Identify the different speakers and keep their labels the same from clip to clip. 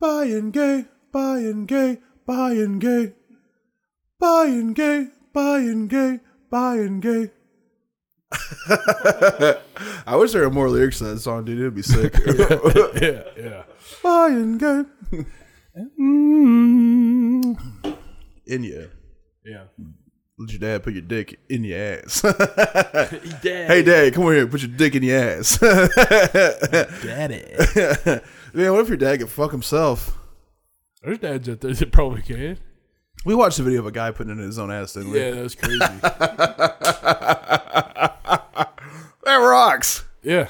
Speaker 1: Buying gay, buying gay, buying gay. Buying gay, buying gay, buying gay. I wish there were more lyrics to that song, dude. It'd be sick.
Speaker 2: Yeah, yeah.
Speaker 1: buying gay. Mm. In ya.
Speaker 2: Yeah.
Speaker 1: Let your dad put your dick in your ass.
Speaker 2: Dad,
Speaker 1: hey, dad, come over here. Put your dick in your ass.
Speaker 2: daddy.
Speaker 1: Man, what if your dad could fuck himself?
Speaker 2: There's dads out there that probably can.
Speaker 1: We watched a video of a guy putting it in his own ass, didn't we?
Speaker 2: Yeah, that's crazy.
Speaker 1: That rocks.
Speaker 2: yeah.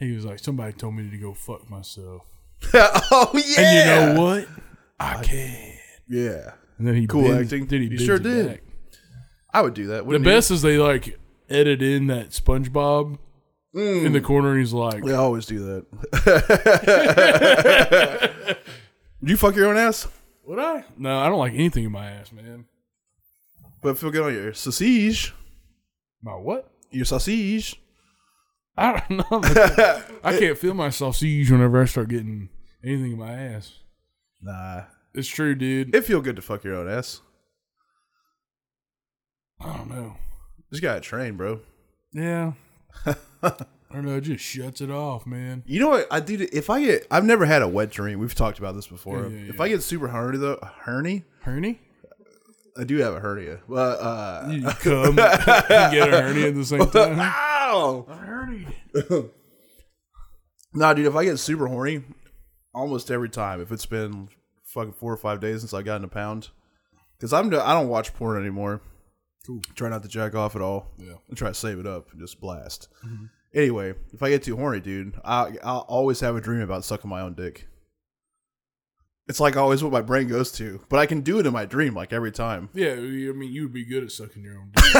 Speaker 2: He was like, somebody told me to go fuck myself.
Speaker 1: oh yeah.
Speaker 2: And you know what? I can.
Speaker 1: Yeah.
Speaker 2: And then he
Speaker 1: Cool
Speaker 2: bends-
Speaker 1: acting.
Speaker 2: Then he
Speaker 1: You
Speaker 2: bends
Speaker 1: sure
Speaker 2: it
Speaker 1: did.
Speaker 2: back.
Speaker 1: I would do that.
Speaker 2: The
Speaker 1: wouldn't you?
Speaker 2: best is they like edit in that SpongeBob in the corner. And he's like,
Speaker 1: They always do that. you fuck your own ass,
Speaker 2: "Would I? No, I don't like anything in my ass, man.
Speaker 1: but feel good on your sausage.
Speaker 2: My what?
Speaker 1: Your sausage.
Speaker 2: I don't know. but I can't feel myself seized whenever I start getting anything in my ass.
Speaker 1: Nah.
Speaker 2: It's true, dude.
Speaker 1: It feel good to fuck your own ass.
Speaker 2: I don't know.
Speaker 1: Just gotta train, bro.
Speaker 2: Yeah. I don't know. It just shuts it off, man.
Speaker 1: You know what I do? to- If I get, I've never had a wet dream. We've talked about this before.
Speaker 2: Yeah, yeah,
Speaker 1: If I get super hernia, though, hernia,
Speaker 2: Hernie?
Speaker 1: I do have a hernia. But uh,
Speaker 2: You come and get a hernia at the same time.
Speaker 1: ow!
Speaker 2: Hernie.
Speaker 1: Nah, dude, if I get super horny, almost every time, if it's been fucking four or five days since I got in a pound, because I'm no- I don't watch porn anymore.
Speaker 2: Cool.
Speaker 1: Try not to jack off at all.
Speaker 2: Yeah. Mm-hmm.
Speaker 1: I try to save it up and just blast. Anyway, if I get too horny, dude, I I'll always have a dream about sucking my own dick. It's like always what my brain goes to, but I can do it in my dream like every time.
Speaker 2: Yeah, I mean, you would be good at sucking your own dick.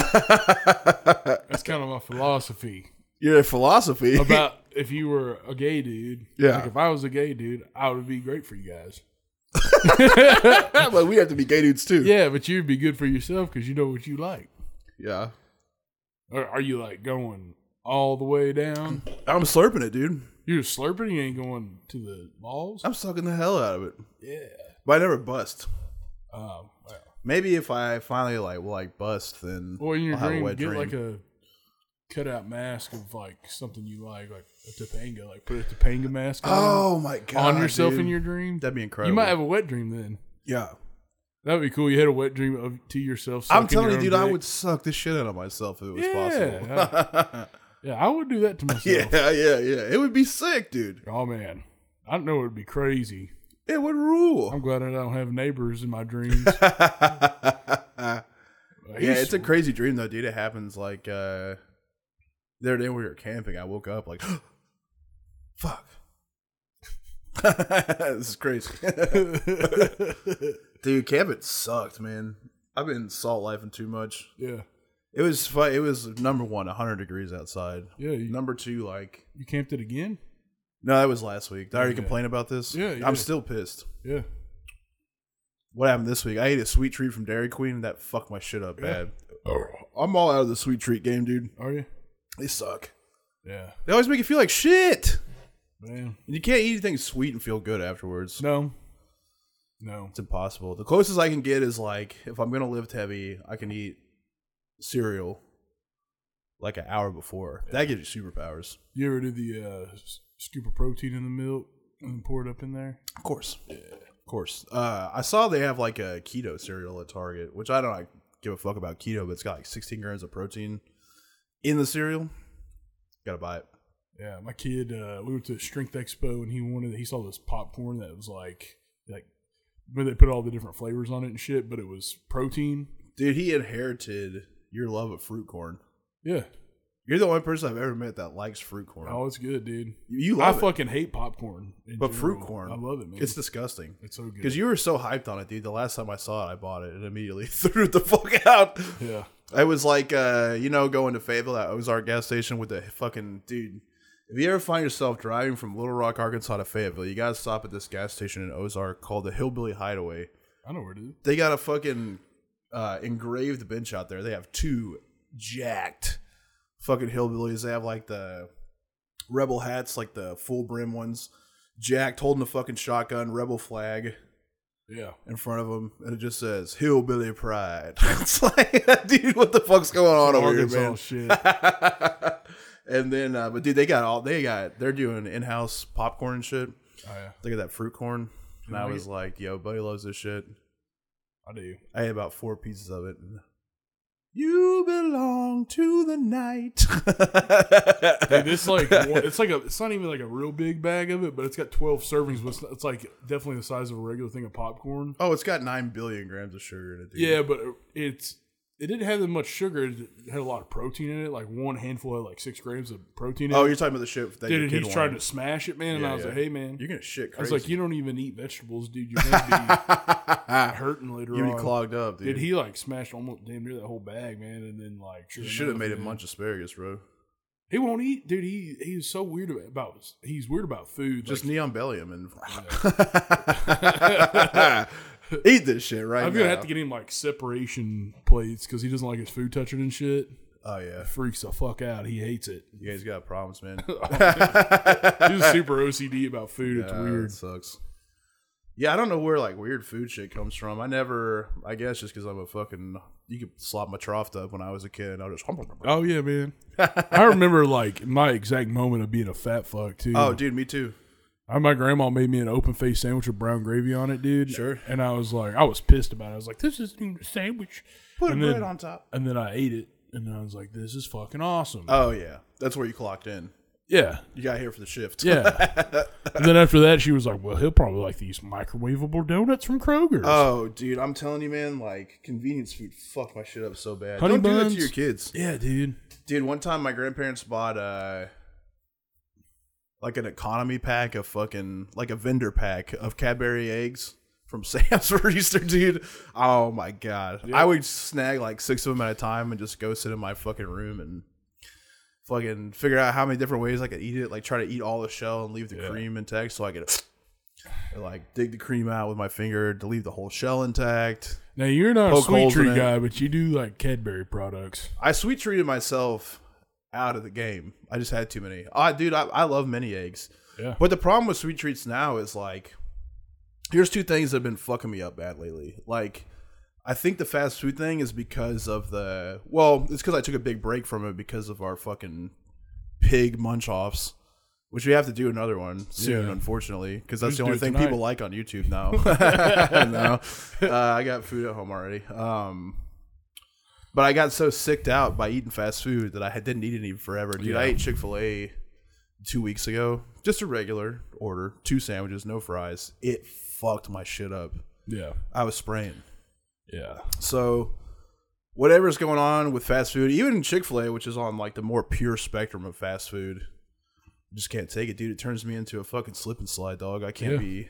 Speaker 2: That's kind of my philosophy.
Speaker 1: Your philosophy,
Speaker 2: about if you were a gay dude.
Speaker 1: Yeah.
Speaker 2: Like if I was a gay dude, I would be great for you guys.
Speaker 1: but we have to be gay dudes too.
Speaker 2: Yeah, but you'd be good for yourself because you know what you like.
Speaker 1: yeah.
Speaker 2: Or are you like going all the way down?
Speaker 1: I'm slurping it, dude.
Speaker 2: You're slurping. You ain't going to the balls.
Speaker 1: I'm sucking the hell out of it,
Speaker 2: Yeah.
Speaker 1: but I never bust.
Speaker 2: Um, well,
Speaker 1: Maybe if I finally like will, like bust, then
Speaker 2: or in your
Speaker 1: I'll have a
Speaker 2: dream,
Speaker 1: wet
Speaker 2: get like a cutout mask of like something you like, like a Topanga. Like put a Topanga mask on,
Speaker 1: oh my god
Speaker 2: on yourself
Speaker 1: dude.
Speaker 2: in your dream.
Speaker 1: that'd be
Speaker 2: you
Speaker 1: incredible.
Speaker 2: might have a wet dream then.
Speaker 1: yeah.
Speaker 2: That would be cool. You had a wet dream of to yourself.
Speaker 1: I'm
Speaker 2: sucking
Speaker 1: telling you,
Speaker 2: your
Speaker 1: dude,
Speaker 2: own
Speaker 1: I
Speaker 2: dick.
Speaker 1: would suck the shit out of myself if it was
Speaker 2: Yeah.
Speaker 1: possible.
Speaker 2: Yeah, I would do that to myself.
Speaker 1: yeah, yeah, yeah. It would be sick, dude.
Speaker 2: Oh man, I know it'd be crazy.
Speaker 1: It would rule.
Speaker 2: I'm glad I don't have neighbors in my dreams.
Speaker 1: yeah,
Speaker 2: He's-
Speaker 1: it's a crazy dream though, dude. It happens like uh the other day we were camping. I woke up like, fuck. this is crazy, dude. Camping sucked, man. I've been salt lifing too much.
Speaker 2: yeah,
Speaker 1: It was fun. It was number one, 100 degrees outside.
Speaker 2: yeah. You,
Speaker 1: Number two, like
Speaker 2: you camped it again?
Speaker 1: no, that was last week. Did I already
Speaker 2: Yeah.
Speaker 1: complain about this?
Speaker 2: Yeah, yeah.
Speaker 1: I'm still pissed.
Speaker 2: Yeah,
Speaker 1: What happened this week? I ate a sweet treat from Dairy Queen and that fucked my shit up
Speaker 2: Yeah.
Speaker 1: bad. I'm all out of the sweet treat game, dude.
Speaker 2: are you?
Speaker 1: They suck.
Speaker 2: Yeah,
Speaker 1: They always make you feel like shit.
Speaker 2: man.
Speaker 1: And you can't eat anything sweet and feel good afterwards.
Speaker 2: No, no.
Speaker 1: It's impossible. The closest I can get is like if I'm gonna lift heavy, I can eat cereal like an hour before. That gives you superpowers.
Speaker 2: You ever do the uh, s- scoop of protein in the milk and pour it up in there?
Speaker 1: Of course. Of course. Uh, I saw they have like a keto cereal at Target, which I don't like, give a fuck about keto, but it's got like 16 grams of protein in the cereal. Gotta buy it.
Speaker 2: Yeah, my kid. Uh, we went to a strength expo and he wanted. He saw this popcorn that was like like where they put all the different flavors on it and shit, but it was protein.
Speaker 1: Dude, he inherited your love of fruit corn.
Speaker 2: Yeah.
Speaker 1: You're the only person I've ever met that likes fruit corn.
Speaker 2: Oh, it's good, dude.
Speaker 1: you
Speaker 2: I
Speaker 1: love it,
Speaker 2: fucking hate popcorn. in
Speaker 1: but fruit
Speaker 2: general.
Speaker 1: corn.
Speaker 2: I love it, man.
Speaker 1: It's
Speaker 2: It's,
Speaker 1: disgusting.
Speaker 2: so good.
Speaker 1: Because you were so hyped on it, dude. The last time I saw it, I bought it and immediately threw it the fuck out.
Speaker 2: yeah.
Speaker 1: It was like uh, you know, going to Fayetteville. That was our gas station with the fucking dude. If you ever find yourself driving from Little Rock, Arkansas to Fayetteville, you gotta stop at this gas station in Ozark called the Hillbilly Hideaway.
Speaker 2: I know where it is.
Speaker 1: They got a fucking uh, engraved bench out there. They have two jacked fucking hillbillies. They have like the rebel hats, like the full brim ones, jacked, holding a fucking shotgun, rebel flag
Speaker 2: Yeah.
Speaker 1: in front of him, and it just says "Hillbilly Pride." it's like, dude, what the fuck's going on over here,
Speaker 2: Arkansas
Speaker 1: man?
Speaker 2: shit.
Speaker 1: and then, uh, but dude, they got all they got. They're doing in-house popcorn and shit.
Speaker 2: Oh, yeah.
Speaker 1: They got that fruit corn, and I
Speaker 2: like
Speaker 1: was like, "Yo, buddy loves this shit."
Speaker 2: I do.
Speaker 1: I ate about four pieces of it. And, you belong to the night.
Speaker 2: Dude, it's like one- it's like a it's not even like a real big bag of it, but it's got twelve servings. But it's, it's like definitely the size of a regular thing of popcorn.
Speaker 1: oh, it's got nine billion grams of sugar in it. Dude.
Speaker 2: Yeah, but it's it didn't have that much sugar. It had a lot of protein in it. Like one handful had like six grams of protein. in
Speaker 1: Oh,
Speaker 2: it.
Speaker 1: you're talking about the shit that
Speaker 2: dude,
Speaker 1: your
Speaker 2: and
Speaker 1: kid
Speaker 2: he's trying
Speaker 1: wanted.
Speaker 2: to smash it, man. And
Speaker 1: Yeah,
Speaker 2: I was
Speaker 1: yeah.
Speaker 2: like, hey, man.
Speaker 1: You're gonna shit crazy.
Speaker 2: I was like, you don't even eat vegetables, dude. You're gonna be hurting later
Speaker 1: You'd be
Speaker 2: on.
Speaker 1: clogged up, dude.
Speaker 2: Dude, he like smashed almost damn near that whole bag, man. And then like, sure
Speaker 1: you should have
Speaker 2: enough,
Speaker 1: made him
Speaker 2: man,
Speaker 1: munch asparagus, bro.
Speaker 2: He won't eat, dude. He he's so weird about he's weird about food.
Speaker 1: Just
Speaker 2: Like,
Speaker 1: neon bellium and eat this shit right
Speaker 2: I'm
Speaker 1: now.
Speaker 2: gonna have to get him like separation plates because he doesn't like his food touching and shit.
Speaker 1: oh yeah,
Speaker 2: Freaks the fuck out. He hates it.
Speaker 1: you guys got problems, man.
Speaker 2: He's super OCD about food. It's
Speaker 1: Yeah,
Speaker 2: weird.
Speaker 1: that Uh, sucks. Yeah, I don't know where like weird food shit comes from. I never, I guess, just because I'm a fucking, you could slop my trough up when I was a kid. and I'll just.
Speaker 2: Oh yeah, man. I remember like my exact moment of being a fat fuck too.
Speaker 1: Oh, dude, me too.
Speaker 2: I, my grandma made me an open faced sandwich with brown gravy on it, dude.
Speaker 1: Sure.
Speaker 2: And I was like, I was pissed about it. I was like, this isn't even a sandwich.
Speaker 1: Put
Speaker 2: And
Speaker 1: bread
Speaker 2: then-
Speaker 1: on top.
Speaker 2: And then I ate it, and I was like, this is fucking awesome.
Speaker 1: Oh yeah, that's where you clocked in.
Speaker 2: yeah.
Speaker 1: You got here for the shift.
Speaker 2: Yeah. and then after that, she was like, well, he'll probably like these microwavable donuts from Kroger's.
Speaker 1: Oh, dude, I'm telling you, man, like convenience food fuck my shit up so bad.
Speaker 2: Honey
Speaker 1: Don't do that
Speaker 2: buns?
Speaker 1: to your kids.
Speaker 2: yeah, dude.
Speaker 1: Dude, one time my grandparents bought uh like an economy pack of fucking like a vendor pack of Cadbury eggs from Sam's for Easter, dude. Oh my god. I would snag like six of them at a time and just go sit in my fucking room and fucking figure out how many different ways I could eat it, like try to eat all the shell and leave the cream intact so I could and, like dig the cream out with my finger to leave the whole shell intact.
Speaker 2: Now, you're not a
Speaker 1: Poke
Speaker 2: sweet
Speaker 1: holes in
Speaker 2: treat
Speaker 1: it.
Speaker 2: guy, but you do like Cadbury products.
Speaker 1: I sweet treated myself out of the game. I just had too many. I dude, I, I love mini eggs.
Speaker 2: Yeah.
Speaker 1: But the problem with sweet treats now is like, here's two things that have been fucking me up bad lately. Like, I think the fast food thing is because of the well, it's because I took a big break from it because of our fucking pig munch offs, which we have to do another one soon,
Speaker 2: Yeah.
Speaker 1: unfortunately, because that's
Speaker 2: Just
Speaker 1: the
Speaker 2: do
Speaker 1: only
Speaker 2: it
Speaker 1: thing
Speaker 2: tonight.
Speaker 1: people like on YouTube now. no, uh, I got food at home already. Um, but I got so sicked out by eating fast food that I had- didn't eat any forever, dude. I ate Chick Fil A two weeks ago, just a regular order, two sandwiches, no fries. It fucked my shit up.
Speaker 2: Yeah.
Speaker 1: I was spraying.
Speaker 2: Yeah.
Speaker 1: So whatever's going on with fast food, even Chick Fil A, which is on like the more pure spectrum of fast food, I just can't take it, dude. It turns me into a fucking slip and slide dog. I can't
Speaker 2: Yeah.
Speaker 1: be,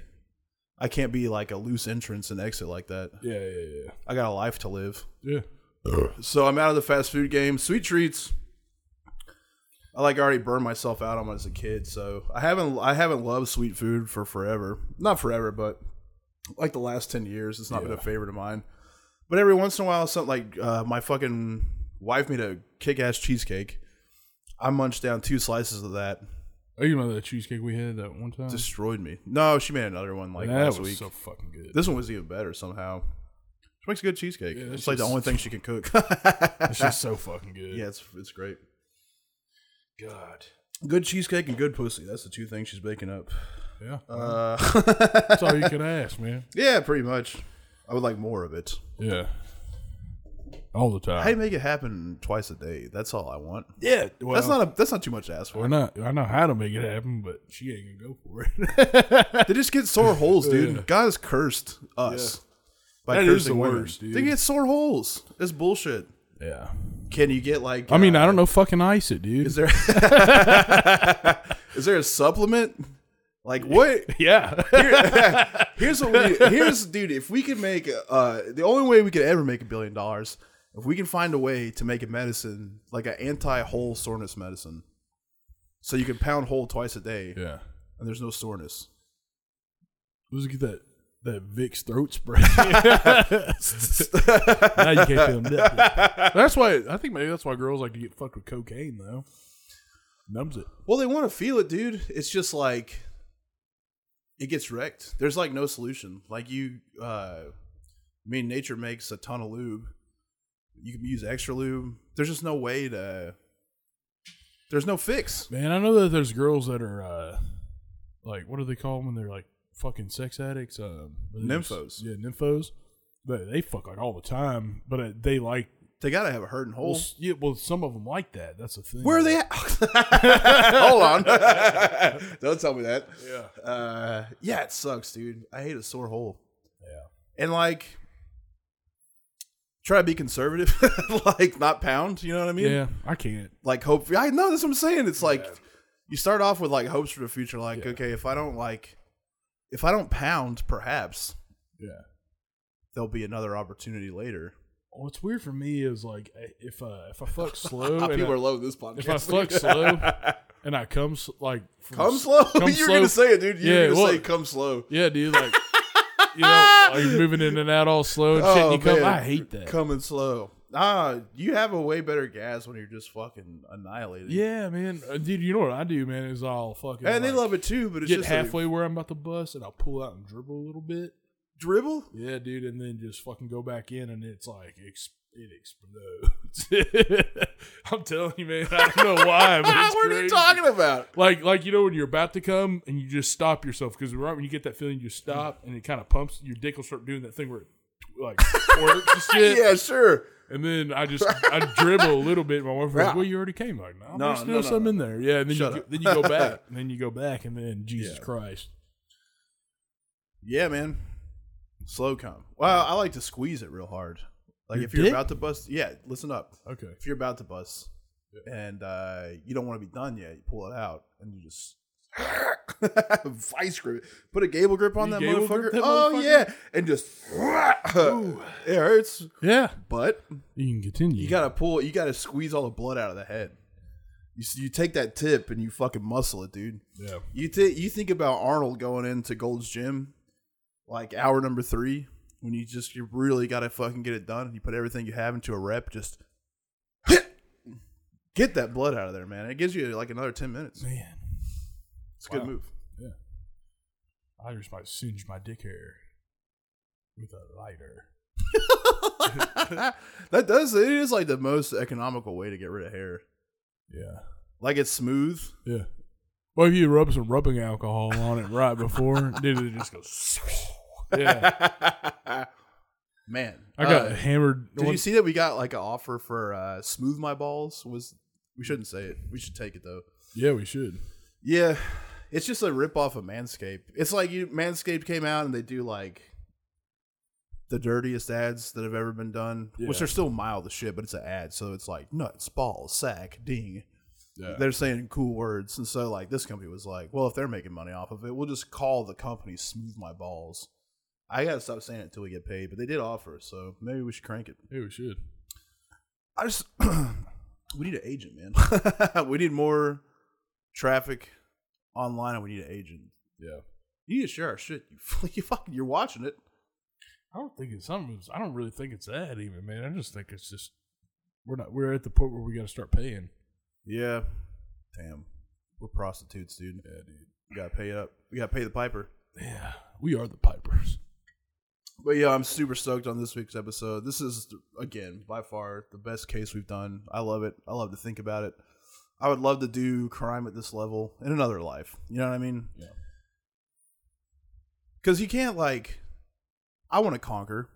Speaker 1: I can't be like a loose entrance and exit like that.
Speaker 2: Yeah. Yeah.
Speaker 1: I got a life to live.
Speaker 2: Yeah.
Speaker 1: So I'm out of the fast food game. Sweet treats. I like already burned myself out on as a kid, so I haven't I haven't loved sweet food for forever. Not forever, but like the last ten years, it's not been a favorite of mine. But every once in a while, something like uh, my fucking wife made a kick ass cheesecake. I munched down two slices of that.
Speaker 2: Oh, you know that cheesecake we had that one time?
Speaker 1: Destroyed me. No, she made another one like
Speaker 2: that
Speaker 1: last
Speaker 2: was
Speaker 1: week.
Speaker 2: so fucking good.
Speaker 1: this one was even better somehow. She makes a good cheesecake.
Speaker 2: Yeah,
Speaker 1: it's
Speaker 2: that's
Speaker 1: like the
Speaker 2: just-
Speaker 1: only thing she can cook.
Speaker 2: It's just so fucking good.
Speaker 1: yeah, it's it's great.
Speaker 2: God.
Speaker 1: Good cheesecake and good pussy. That's the two things she's baking up.
Speaker 2: Yeah.
Speaker 1: Uh,
Speaker 2: That's all you can ask, man.
Speaker 1: yeah, pretty much. I would like more of it.
Speaker 2: Yeah. All the time.
Speaker 1: I make it happen twice a day. That's all I want.
Speaker 2: yeah. Well,
Speaker 1: That's not a that's not too much to ask
Speaker 2: We're
Speaker 1: for.
Speaker 2: not. I know how to make it happen, but she ain't gonna go for it.
Speaker 1: They just get sore holes, dude.
Speaker 2: Yeah.
Speaker 1: God has cursed us. By
Speaker 2: That is
Speaker 1: cursing
Speaker 2: the
Speaker 1: women.
Speaker 2: worst, dude.
Speaker 1: They get sore holes. It's bullshit.
Speaker 2: yeah.
Speaker 1: Can you get like
Speaker 2: I mean,
Speaker 1: uh,
Speaker 2: I don't know. Fucking ice it, dude.
Speaker 1: is there Is there a supplement? Like what
Speaker 2: yeah.
Speaker 1: Here's what we here's dude. If we could make uh, the only way we could ever make a billion dollars If we can find a way to make a medicine like an anti-hole soreness medicine, so you can pound hole twice a day
Speaker 2: Yeah.
Speaker 1: and there's no soreness.
Speaker 2: Let's get that that Vic's throat spray. now you can't feel nothing. That's why I think maybe that's why girls like to get fucked with cocaine though. Numbs it.
Speaker 1: Well, they want to feel it, dude. It's just like it gets wrecked. There's like no solution. Like you, uh, I mean, nature makes a ton of lube. You can use extra lube. There's just no way to. There's no fix.
Speaker 2: Man, I know that there's girls that are uh, like what do they call them when they're like fucking sex addicts? Um, what are they-
Speaker 1: Nymphos.
Speaker 2: Yeah, nymphos. But they fuck like all the time. But uh, they like
Speaker 1: They gotta have a hurting hole.
Speaker 2: well, s- yeah, well, some of them like that. That's the thing.
Speaker 1: Where are they at? Hold on. Don't tell me that.
Speaker 2: Yeah.
Speaker 1: Uh, yeah, it sucks, dude. I hate a sore hole.
Speaker 2: Yeah.
Speaker 1: And like, try to be conservative, like not pound. You know what I mean?
Speaker 2: yeah, I can't.
Speaker 1: like hope. I know that's what I'm saying. It's like you start off with like hopes for the future. Like,
Speaker 2: Yeah.
Speaker 1: okay, if I don't like, if I don't pound, perhaps
Speaker 2: Yeah.
Speaker 1: there'll be another opportunity later.
Speaker 2: What's weird for me is like if uh, if I fuck slow
Speaker 1: How
Speaker 2: and
Speaker 1: Ah, people
Speaker 2: I,
Speaker 1: are loving this podcast.
Speaker 2: if I fuck slow and I come s- like from
Speaker 1: come
Speaker 2: s-
Speaker 1: slow.
Speaker 2: come
Speaker 1: you were
Speaker 2: slow-
Speaker 1: gonna say it, dude. You
Speaker 2: Yeah,
Speaker 1: were gonna
Speaker 2: what?
Speaker 1: say come slow.
Speaker 2: yeah, dude, like you know, like you're moving in and out all slow and shit.
Speaker 1: Oh,
Speaker 2: and you come,
Speaker 1: man.
Speaker 2: I hate that.
Speaker 1: Coming slow. Ah, you have a way better gas when you're just fucking annihilated.
Speaker 2: Yeah, man, Uh, dude, you know what I do, man? Is I'll fucking
Speaker 1: And they
Speaker 2: like,
Speaker 1: love it too, but it's
Speaker 2: get
Speaker 1: just a
Speaker 2: halfway where I'm about to bust, and I'll pull out and dribble a little bit.
Speaker 1: dribble.
Speaker 2: Yeah, dude, and then just fucking go back in, and it's like ex- it explodes. I'm telling you, man, I don't know why. But
Speaker 1: Ah,
Speaker 2: it's
Speaker 1: what are you
Speaker 2: crazy.
Speaker 1: talking about?
Speaker 2: Like, like you know when you're about to come and you just stop yourself because right when you get that feeling, you stop and it kind of pumps. Your dick will start doing that thing where it like works and shit.
Speaker 1: Yeah, sure.
Speaker 2: And then I just I dribble a little bit. My wife was
Speaker 1: Yeah.
Speaker 2: like, "Well, you already came." Like, no,
Speaker 1: No,
Speaker 2: there's still
Speaker 1: no, no,
Speaker 2: some
Speaker 1: no.
Speaker 2: in there. Yeah. And then
Speaker 1: Shut
Speaker 2: you
Speaker 1: up.
Speaker 2: then you go back. and then you go back, and then Jesus Christ.
Speaker 1: Yeah, man. Slow come. Well, I like to squeeze it real hard. Like
Speaker 2: Your
Speaker 1: if you're
Speaker 2: dick?
Speaker 1: about to bust, yeah, listen up.
Speaker 2: Okay.
Speaker 1: If you're about to bust and uh, you don't want to be done yet, you pull it out and you just vice grip it. Put a gable grip on
Speaker 2: You
Speaker 1: that
Speaker 2: gable
Speaker 1: motherfucker.
Speaker 2: grip that
Speaker 1: oh
Speaker 2: motherfucker?
Speaker 1: yeah, and just it hurts,
Speaker 2: Yeah.
Speaker 1: but
Speaker 2: You can continue.
Speaker 1: you gotta pull. You gotta squeeze all the blood out of the head. You s- you take that tip and you fucking muscle it, dude.
Speaker 2: Yeah.
Speaker 1: You thi- you think about Arnold going into Gold's Gym, like hour number three, when you just you really got to fucking get it done. You put everything you have into a rep, just get that blood out of there, man. It gives you like another ten minutes.
Speaker 2: Man,
Speaker 1: It's a good
Speaker 2: Wow.
Speaker 1: move.
Speaker 2: I just might singe my dick hair with a lighter.
Speaker 1: that does it is like the most economical way to get rid of hair.
Speaker 2: Yeah.
Speaker 1: Like it's smooth.
Speaker 2: Yeah. Well, if you rub some rubbing alcohol on it right before, dude, it just goes. Yeah.
Speaker 1: man,
Speaker 2: I got
Speaker 1: uh,
Speaker 2: hammered.
Speaker 1: Did
Speaker 2: one-
Speaker 1: you see that we got like an offer for uh, "Smooth My Balls"? Was we shouldn't say it. We should take it though.
Speaker 2: Yeah, we should.
Speaker 1: Yeah, it's just a rip off of Manscaped. It's like you Manscaped came out and they do like the dirtiest ads that have ever been done, which
Speaker 2: Yeah.
Speaker 1: they're still mild as shit, but it's an ad, so it's like nuts, balls, sack, ding.
Speaker 2: Yeah.
Speaker 1: They're saying cool words, and so like this company was like, well, if they're making money off of it, we'll just call the company "Smooth My Balls." I gotta stop saying it until we get paid, but they did offer, so maybe we should crank it.
Speaker 2: Yeah, we should.
Speaker 1: I just we need an agent, man. we need more traffic online, and we need an agent.
Speaker 2: Yeah.
Speaker 1: You need to share our shit. You, f- you fucking, you're watching it.
Speaker 2: I don't think it's something. I don't really think it's that even, man. I just think it's just we're not. We're at the point where we got to start paying.
Speaker 1: Yeah. Damn, we're prostitutes, dude. Yeah, dude. We gotta pay up. We gotta pay the piper.
Speaker 2: Yeah, we are the pipers.
Speaker 1: But yeah, I'm super stoked on this week's episode. This is again by far the best case we've done. I love it. I love to think about it. I would love to do crime at this level in another life. You know what I mean?
Speaker 2: Yeah.
Speaker 1: Because you can't like, I want to conquer.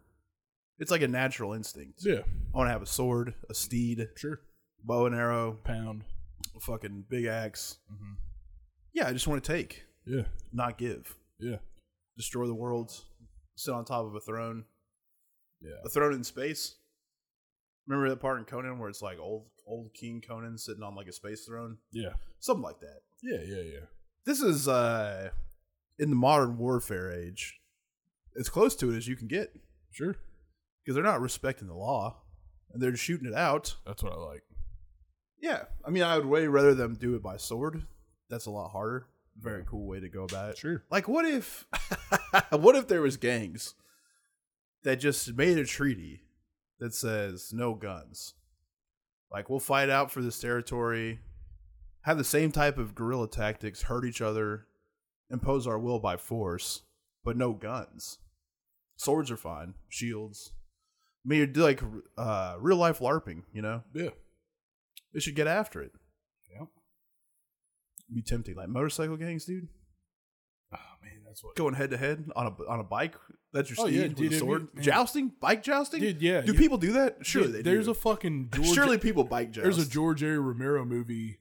Speaker 1: It's like a natural instinct.
Speaker 2: Yeah,
Speaker 1: I want to have a sword, a steed,
Speaker 2: sure.
Speaker 1: bow and arrow,
Speaker 2: Pound.
Speaker 1: a fucking big ax
Speaker 2: Mhm.
Speaker 1: Yeah, I just want to take,
Speaker 2: Yeah,
Speaker 1: not give.
Speaker 2: yeah,
Speaker 1: Destroy the world. Sit on top of a throne.
Speaker 2: yeah.
Speaker 1: a throne in space. Remember that part in Conan where it's like old old King Conan sitting on like a space throne,
Speaker 2: Yeah,
Speaker 1: something like that.
Speaker 2: yeah, yeah, yeah.
Speaker 1: This is uh in the modern warfare age, as close to it as you can get
Speaker 2: Sure.
Speaker 1: because they're not respecting the law. and they're shooting it out.
Speaker 2: That's what I like.
Speaker 1: Yeah, I mean, I would way rather them do it by sword. That's a lot harder. Very cool way to go about it.
Speaker 2: Sure.
Speaker 1: Like, what if, what if there was gangs that just made a treaty that says no guns? Like, we'll fight out for this territory, have the same type of guerrilla tactics, hurt each other, impose our will by force, but no guns. Swords are fine, shields. I mean, you do like uh, real life LARPing, you know?
Speaker 2: Yeah.
Speaker 1: They should get after it.
Speaker 2: Yeah.
Speaker 1: Be tempting, like motorcycle gangs, dude.
Speaker 2: Oh man, that's what.
Speaker 1: Going head to head on a on a bike. That's your
Speaker 2: Oh,
Speaker 1: steed
Speaker 2: yeah,
Speaker 1: with
Speaker 2: dude,
Speaker 1: a
Speaker 2: it'd be-
Speaker 1: sword.
Speaker 2: man.
Speaker 1: Jousting, bike jousting.
Speaker 2: Dude, yeah,
Speaker 1: Do
Speaker 2: you-
Speaker 1: people do that? Sure,
Speaker 2: Dude,
Speaker 1: they
Speaker 2: there's
Speaker 1: do.
Speaker 2: a fucking George,
Speaker 1: Surely people bike joust.
Speaker 2: there's a George A. Romero movie.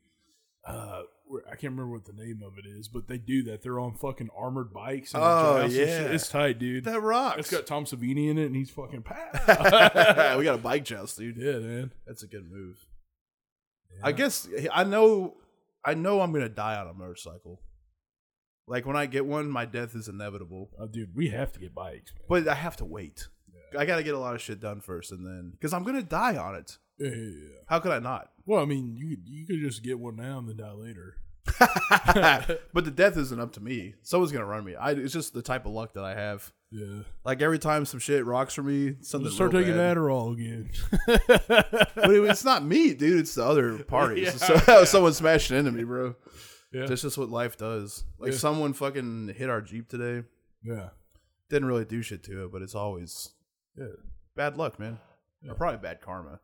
Speaker 2: Uh, where, I can't remember what the name of it is, but they do that. They're on fucking armored bikes. And they
Speaker 1: Oh,
Speaker 2: joust and shit.
Speaker 1: yeah.
Speaker 2: it's tight, dude.
Speaker 1: that rocks.
Speaker 2: it's got Tom Savini in it, and he's fucking pow.
Speaker 1: we got a bike joust, dude.
Speaker 2: yeah, man.
Speaker 1: That's a good move. I guess I know. I know I'm gonna die on a motorcycle. Like when I get one, my death is inevitable.
Speaker 2: Oh, dude, we have to get bikes. Man.
Speaker 1: But I have to wait. I gotta get a lot of shit done first, and then because I'm gonna die on it.
Speaker 2: Yeah, yeah, yeah.
Speaker 1: How could I not?
Speaker 2: Well, I mean, you could- you could just get one now and then die later.
Speaker 1: but the death isn't up to me. Someone's gonna run me. I, it's just the type of luck that I have.
Speaker 2: Yeah,
Speaker 1: Like every time some shit rocks for me, something.
Speaker 2: just start
Speaker 1: real
Speaker 2: taking
Speaker 1: bad.
Speaker 2: Adderall again.
Speaker 1: But it- it's not me, dude. It's the other party.
Speaker 2: Yeah.
Speaker 1: so, Someone smashing into me, bro.
Speaker 2: yeah,
Speaker 1: That's just what life does. Like
Speaker 2: Yeah.
Speaker 1: someone fucking hit our jeep today.
Speaker 2: yeah,
Speaker 1: Didn't really do shit to it, but it's always
Speaker 2: yeah.
Speaker 1: bad luck, man.
Speaker 2: Yeah.
Speaker 1: Or probably bad karma.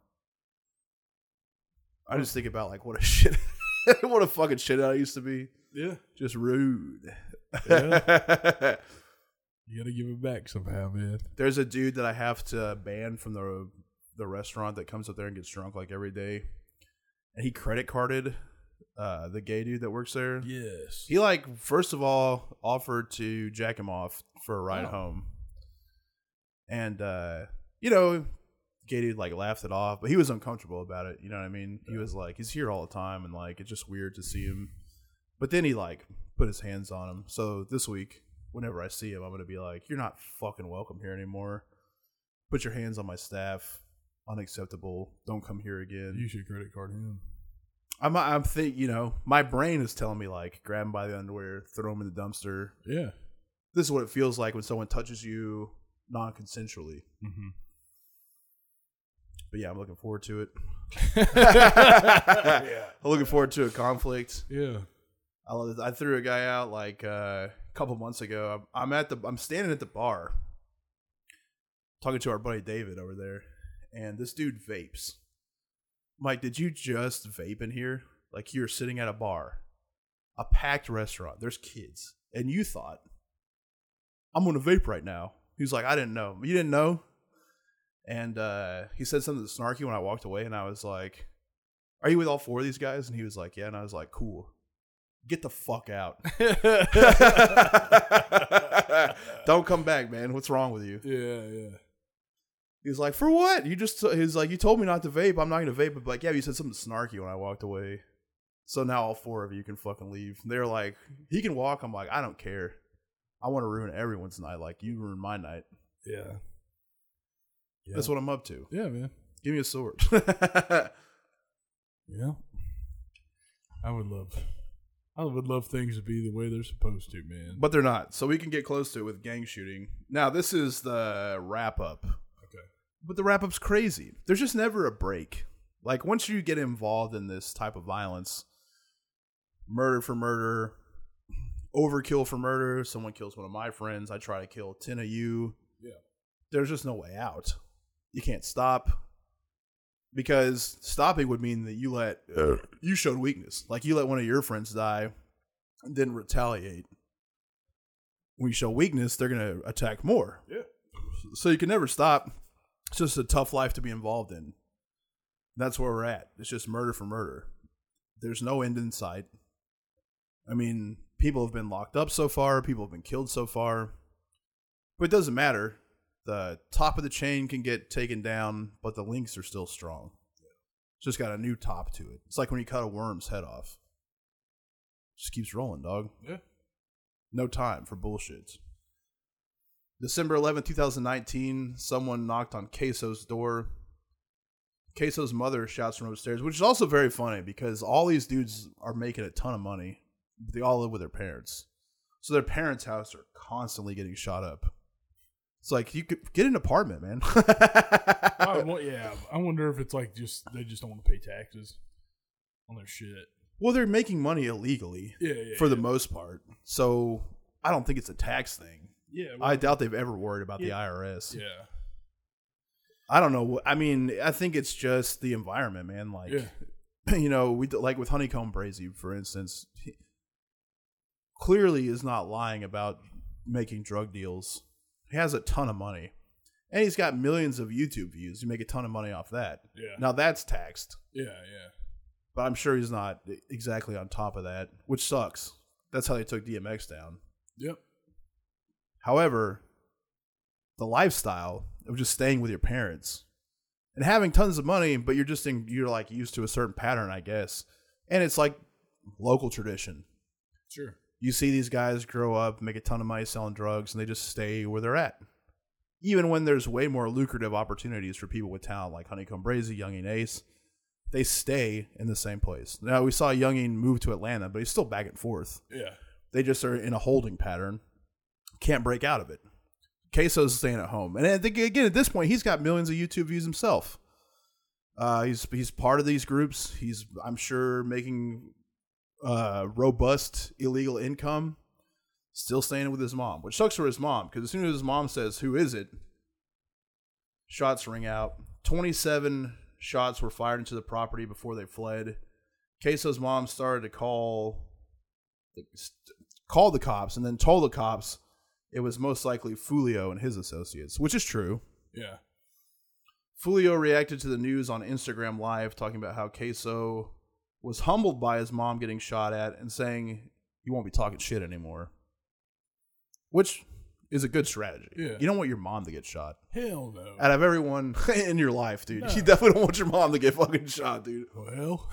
Speaker 1: I just think about like what a shit, what a fucking shit I used to be.
Speaker 2: yeah.
Speaker 1: Just rude.
Speaker 2: You gotta give it back somehow, man.
Speaker 1: There's a dude that I have to ban from the the restaurant that comes up there and gets drunk like every day, and he credit carded uh, the gay dude that works there.
Speaker 2: Yes.
Speaker 1: He like first of all offered to jack him off for a ride
Speaker 2: Oh.
Speaker 1: home, and uh, you know, gay dude like laughed it off, but he was uncomfortable about it. You know what I mean? He was like, he's here all the time, and like it's just weird to see him. But then he like put his hands on him. So this week, whenever I see him, I'm gonna be like, you're not fucking welcome here anymore. Put your hands on my staff. Unacceptable. Don't come here again.
Speaker 2: You should credit card him.
Speaker 1: I'm I'm think you know my brain is telling me like grab him by the underwear, throw him in the dumpster.
Speaker 2: Yeah.
Speaker 1: This is what it feels like when someone touches you non-consensually.
Speaker 2: Mm-hmm.
Speaker 1: But yeah, I'm looking forward to it.
Speaker 2: Yeah.
Speaker 1: I'm looking forward to a conflict.
Speaker 2: Yeah.
Speaker 1: I, love this. I threw a guy out like uh, a couple months ago. I'm, I'm at the I'm standing at the bar talking to our buddy David over there, and this dude vapes. Mike, did you just vape in here? Like you're sitting at a bar, a packed restaurant. There's kids, and you thought I'm gonna vape right now. He's like, I didn't know. You didn't know? And uh, he said something snarky when I walked away, and I was like, Are you with all four of these guys? And he was like, Yeah. And I was like, Cool. Get the fuck out. Don't come back, man. What's wrong with you?
Speaker 2: Yeah. Yeah.
Speaker 1: He's like, for what? You just he's like, you told me not to vape. I'm not gonna vape. But like, yeah, you said something snarky when I walked away. So now all four of you can fucking leave. They're like, he can walk. I'm like, I don't care. I want to ruin everyone's night. Like you ruined my night.
Speaker 2: Yeah. Yeah.
Speaker 1: That's what I'm up to.
Speaker 2: Yeah, man.
Speaker 1: Give me a sword.
Speaker 2: Yeah. I would love. I would love things to be the way they're supposed to, man.
Speaker 1: but they're not. So we can get close to it with gang shooting. Now this is the wrap up.
Speaker 2: okay.
Speaker 1: But the wrap up's crazy. There's just never a break. Like once you get involved in this type of violence, murder for murder, overkill for murder, someone kills one of my friends, I try to kill 10 of you.
Speaker 2: Yeah.
Speaker 1: There's just no way out. You can't stop because stopping would mean that you let you showed weakness. Like you let one of your friends die and didn't retaliate. When you show weakness, they're going to attack more.
Speaker 2: Yeah.
Speaker 1: So you can never stop. It's just a tough life to be involved in. That's where we're at. It's just murder for murder. There's no end in sight. I mean, people have been locked up so far, people have been killed so far. But it doesn't matter. The top of the chain can get taken down, but the links are still strong. It's just got a new top to it. It's like when you cut a worm's head off. Just keeps rolling, dog.
Speaker 2: Yeah.
Speaker 1: No time for bullshit. December eleventh, two 2019, someone knocked on Queso's door. Queso's mother shouts from upstairs, which is also very funny because all these dudes are making a ton of money. But they all live with their parents, so their parents' house are constantly getting shot up. It's like you could get an apartment, man.
Speaker 2: I, well, yeah, I wonder if it's like just they just don't want to pay taxes on their shit.
Speaker 1: well, they're making money illegally
Speaker 2: Yeah, yeah.
Speaker 1: for the
Speaker 2: yeah.
Speaker 1: most part, so I don't think it's a tax thing.
Speaker 2: yeah, well,
Speaker 1: I doubt they've ever worried about
Speaker 2: Yeah.
Speaker 1: the IRS.
Speaker 2: yeah,
Speaker 1: I don't know. what- I mean, I think it's just the environment, man. Like,
Speaker 2: yeah.
Speaker 1: you know, we like with Honeycomb Brazy, for instance, he clearly is not lying about making drug deals. He has a ton of money, and he's got millions of YouTube views. You make a ton of money off that.
Speaker 2: Yeah.
Speaker 1: Now that's taxed,
Speaker 2: Yeah, yeah.
Speaker 1: but I'm sure he's not e-, exactly on top of that, which sucks. That's how they took DMX down.
Speaker 2: Yep.
Speaker 1: However, the lifestyle of just staying with your parents and having tons of money, but you're just in, you're like used to a certain pattern, I guess. And it's like local tradition.
Speaker 2: Sure.
Speaker 1: You see these guys grow up, make a ton of money selling drugs, and they just stay where they're at. Even when there's way more lucrative opportunities for people with talent like Honeycomb Brazy, Youngin Ace, they stay in the same place. Now we saw Youngin move to Atlanta, but he's still back and forth
Speaker 2: Yeah.
Speaker 1: they just are in a holding pattern, can't break out of it. Queso's staying at home, and I think again at this point he's got millions of YouTube views himself. Uh, he's he's part of these groups. He's I'm sure making uh, robust illegal income. Still staying with his mom, which sucks for his mom because as soon as his mom says, "Who is it?" shots ring out. Twenty-seven shots were fired into the property before they fled. Queso's mom started to call called the cops and then told the cops it was most likely Fulio and his associates, which is true.
Speaker 2: Yeah.
Speaker 1: Fulio reacted to the news on Instagram Live, talking about how Queso was humbled by his mom getting shot at and saying he won't be talking shit anymore, which is a good strategy.
Speaker 2: Yeah.
Speaker 1: You don't want your mom to get shot.
Speaker 2: Hell no.
Speaker 1: Out of everyone in your life, dude,
Speaker 2: No.
Speaker 1: you definitely don't want your mom to get fucking shot, dude.
Speaker 2: well,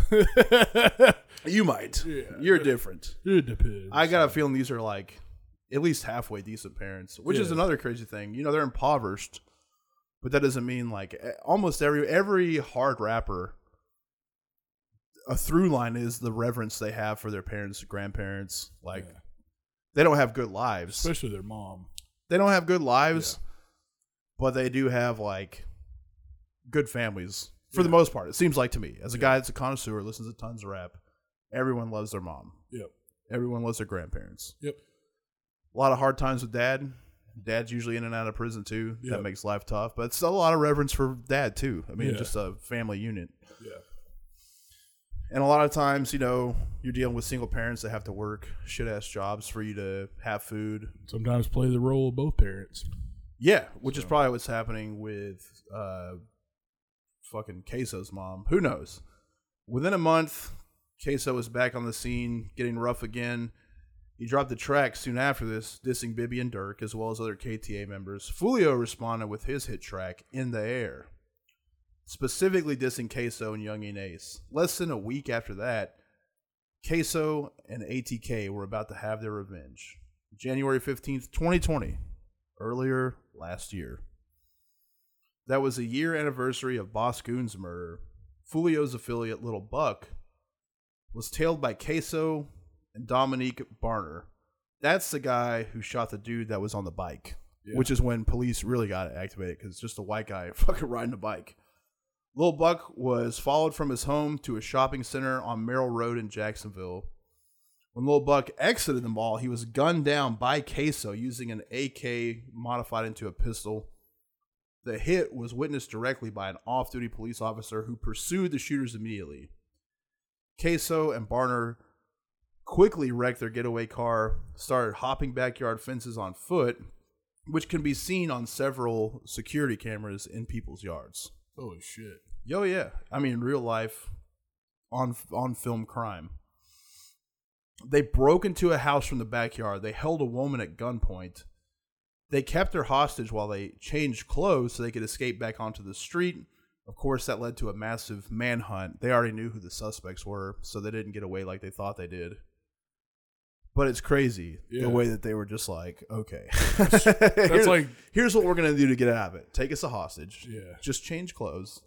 Speaker 1: You might.
Speaker 2: Yeah.
Speaker 1: You're different.
Speaker 2: it depends.
Speaker 1: I got a feeling these are like at least halfway decent parents, which is
Speaker 2: Yeah.
Speaker 1: another crazy thing. You know, they're impoverished, but that doesn't mean like eh, almost every every hard rapper. A through line is the reverence they have for their parents, grandparents. Like
Speaker 2: Yeah.
Speaker 1: they don't have good lives.
Speaker 2: especially their mom.
Speaker 1: they don't have good lives, but they do have like good families for the
Speaker 2: Yeah.
Speaker 1: most part. It seems like to me, as a guy that's a connoisseur, listens to tons of rap. Everyone loves their mom.
Speaker 2: Yep.
Speaker 1: Everyone loves their grandparents
Speaker 2: Yep.
Speaker 1: a lot of hard times with dad. Dad's usually in and out of prison too.
Speaker 2: Yeah.
Speaker 1: That makes life tough, but it's a lot of reverence for dad too. I mean,
Speaker 2: Yeah.
Speaker 1: just a family unit.
Speaker 2: Yeah.
Speaker 1: And a lot of times, you know, you're dealing with single parents that have to work shit ass jobs for you to have food.
Speaker 2: Sometimes play the role of both parents.
Speaker 1: Yeah, which is probably what's happening with uh, fucking Queso's mom. Who knows? Within a month, Queso was back on the scene, getting rough again. He dropped the track soon after this, dissing Bibby and Dirk, as well as other KTA members. Fulio responded with his hit track, In the Air, specifically dissing Queso and Young and Ace. Less than a week after that, Queso and ATK were about to have their revenge. January 15th, 2020, earlier last year. That was a year anniversary of Boss Goon's murder. Fulio's affiliate Little Buck was tailed by Queso and Dominique Barner. That's the guy who shot the dude that was on the bike,
Speaker 2: Yeah.
Speaker 1: which is when police really got activated because it's just a white guy fucking riding a bike. Little Buck was followed from his home to a shopping center on Merrill Road in Jacksonville. When Little Buck exited the mall, he was gunned down by Queso using an AK modified into a pistol. The hit was witnessed directly by an off duty police officer who pursued the shooters immediately. Queso and Barner quickly wrecked their getaway car, started hopping backyard fences on foot, which can be seen on several security cameras in people's yards.
Speaker 2: Holy shit.
Speaker 1: Yo, yeah. I mean, real life, on on film crime. They broke into a house from the backyard. They held a woman at gunpoint. They kept her hostage while they changed clothes so they could escape back onto the street. Of course, that led to a massive manhunt. They already knew who the suspects were, so they didn't get away like they thought they did. But it's crazy
Speaker 2: Yeah.
Speaker 1: the way that they were just like, okay,
Speaker 2: That's like
Speaker 1: here's what we're gonna do to get out of it: take us a hostage
Speaker 2: yeah.
Speaker 1: just change clothes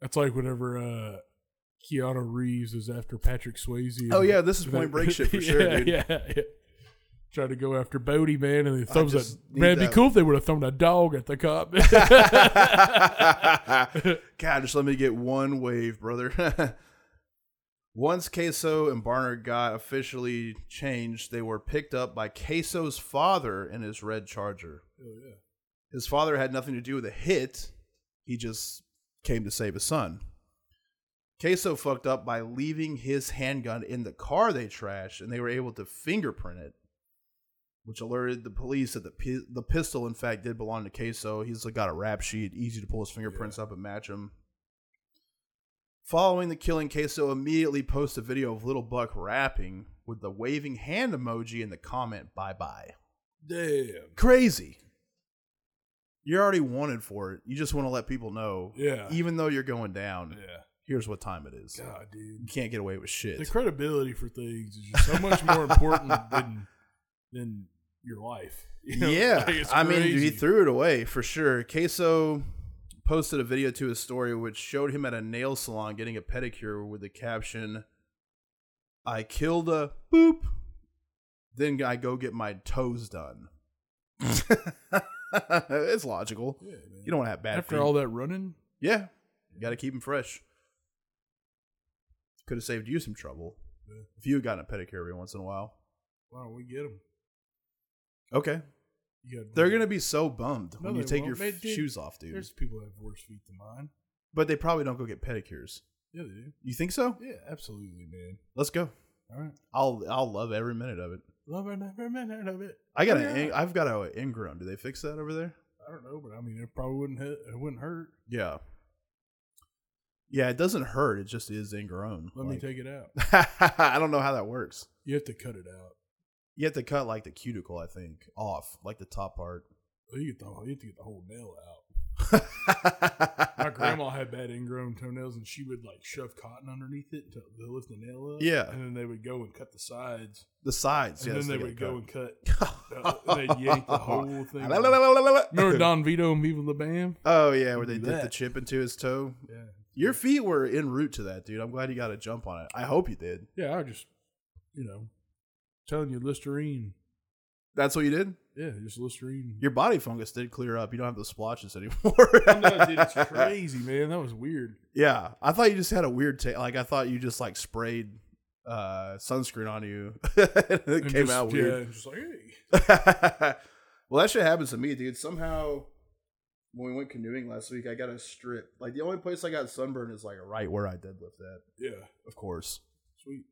Speaker 2: That's like whenever uh, Keanu Reeves is after Patrick Swayze. and-
Speaker 1: Oh, yeah, this is Point Break shit for sure,
Speaker 2: yeah,
Speaker 1: dude.
Speaker 2: Yeah, yeah. Tried to go after Bodie, man, and they thumbs up.
Speaker 1: just need
Speaker 2: Man, it'd be
Speaker 1: that-
Speaker 2: cool if they would have thrown a dog at the cop.
Speaker 1: God, just let me get one wave, brother. Once Queso and Barnard got officially changed, they were picked up by Queso's father in his red charger. His father had nothing to do with the hit, he just came to save his son. Queso fucked up by leaving his handgun in the car they trashed, and they were able to fingerprint it, which alerted the police that the, pi- the pistol, in fact, did belong to Queso. He's got a rap sheet, easy to pull his fingerprints up and match them. Following the killing, Queso immediately posts a video of Little Buck rapping with the waving hand emoji and the comment, bye bye.
Speaker 2: Damn.
Speaker 1: Crazy. You're already wanted for it. You just want to let people know.
Speaker 2: Yeah.
Speaker 1: Even though you're going down,
Speaker 2: Uh, Yeah.
Speaker 1: here's what time it is.
Speaker 2: God, dude.
Speaker 1: You can't get away with shit.
Speaker 2: The credibility for things is just so much more important than than your life. You know,
Speaker 1: yeah.
Speaker 2: like, it's
Speaker 1: I mean, dude, he
Speaker 2: crazy.
Speaker 1: threw it away for sure. Queso posted a video to his story which showed him at a nail salon getting a pedicure with the caption I killed a boop, then I go get my toes done. it's logical.
Speaker 2: Yeah, man.
Speaker 1: You don't want to have bad
Speaker 2: After
Speaker 1: feet.
Speaker 2: all that running,
Speaker 1: Yeah. You got to keep them fresh. Could have saved you some trouble
Speaker 2: Yeah.
Speaker 1: if you had gotten a pedicure every once in a while.
Speaker 2: why don't we get them?
Speaker 1: Okay.
Speaker 2: You got
Speaker 1: They're going to be so bummed
Speaker 2: No,
Speaker 1: when you
Speaker 2: they
Speaker 1: take
Speaker 2: won't.
Speaker 1: your
Speaker 2: They
Speaker 1: f-
Speaker 2: did-
Speaker 1: shoes off, dude.
Speaker 2: There's people that have worse feet than mine.
Speaker 1: But they probably don't go get pedicures.
Speaker 2: Yeah, they do.
Speaker 1: You think so?
Speaker 2: Yeah, absolutely, man.
Speaker 1: Let's go.
Speaker 2: All right.
Speaker 1: I'll I'll love every minute of it.
Speaker 2: Love and every minute of it.
Speaker 1: I got
Speaker 2: Oh, Yeah.
Speaker 1: an I've got a Ingram. Do they fix that over there?
Speaker 2: I don't know, but I mean, it probably wouldn't hit, it wouldn't hurt.
Speaker 1: Yeah. Yeah, it doesn't hurt. It just is ingrown.
Speaker 2: Let
Speaker 1: Like-
Speaker 2: me take it out.
Speaker 1: I don't know how that works.
Speaker 2: You have to cut it out.
Speaker 1: You have to cut like the cuticle, I think, off, like the top part.
Speaker 2: You get the you have to get the whole nail out. My grandma had bad ingrown toenails, and she would like shove cotton underneath it to, to lift the nail up.
Speaker 1: Yeah.
Speaker 2: and then they would go and cut the sides,
Speaker 1: The sides,
Speaker 2: and
Speaker 1: yes.
Speaker 2: then they
Speaker 1: got
Speaker 2: would
Speaker 1: cut.
Speaker 2: go and cut. uh, they'd yank the whole thing.
Speaker 1: La, la, la, la, la, la.
Speaker 2: Remember Don Vito and Viva La Bam?
Speaker 1: Oh yeah, where they
Speaker 2: Do
Speaker 1: dipped the
Speaker 2: that.
Speaker 1: chip into his toe.
Speaker 2: Yeah,
Speaker 1: Your feet were en route to that, dude. I'm glad you got a jump on it. I hope you did.
Speaker 2: yeah. I just, you know, telling you Listerine.
Speaker 1: That's what you did.
Speaker 2: Yeah, just Listerine.
Speaker 1: Your body fungus did clear up. You don't have the splotches anymore.
Speaker 2: no, dude, it's crazy, man. That was weird.
Speaker 1: Yeah, I thought you just had a weird taste. Like I thought you just like sprayed uh, sunscreen on you. it
Speaker 2: And
Speaker 1: came
Speaker 2: just-
Speaker 1: out
Speaker 2: yeah,
Speaker 1: weird.
Speaker 2: and just like, hey.
Speaker 1: well, that shit happens to me, dude. Somehow, when we went canoeing last week, I got a strip. Like the only place I got sunburned is like right where I deadlift at,
Speaker 2: Yeah,
Speaker 1: of course.
Speaker 2: sweet.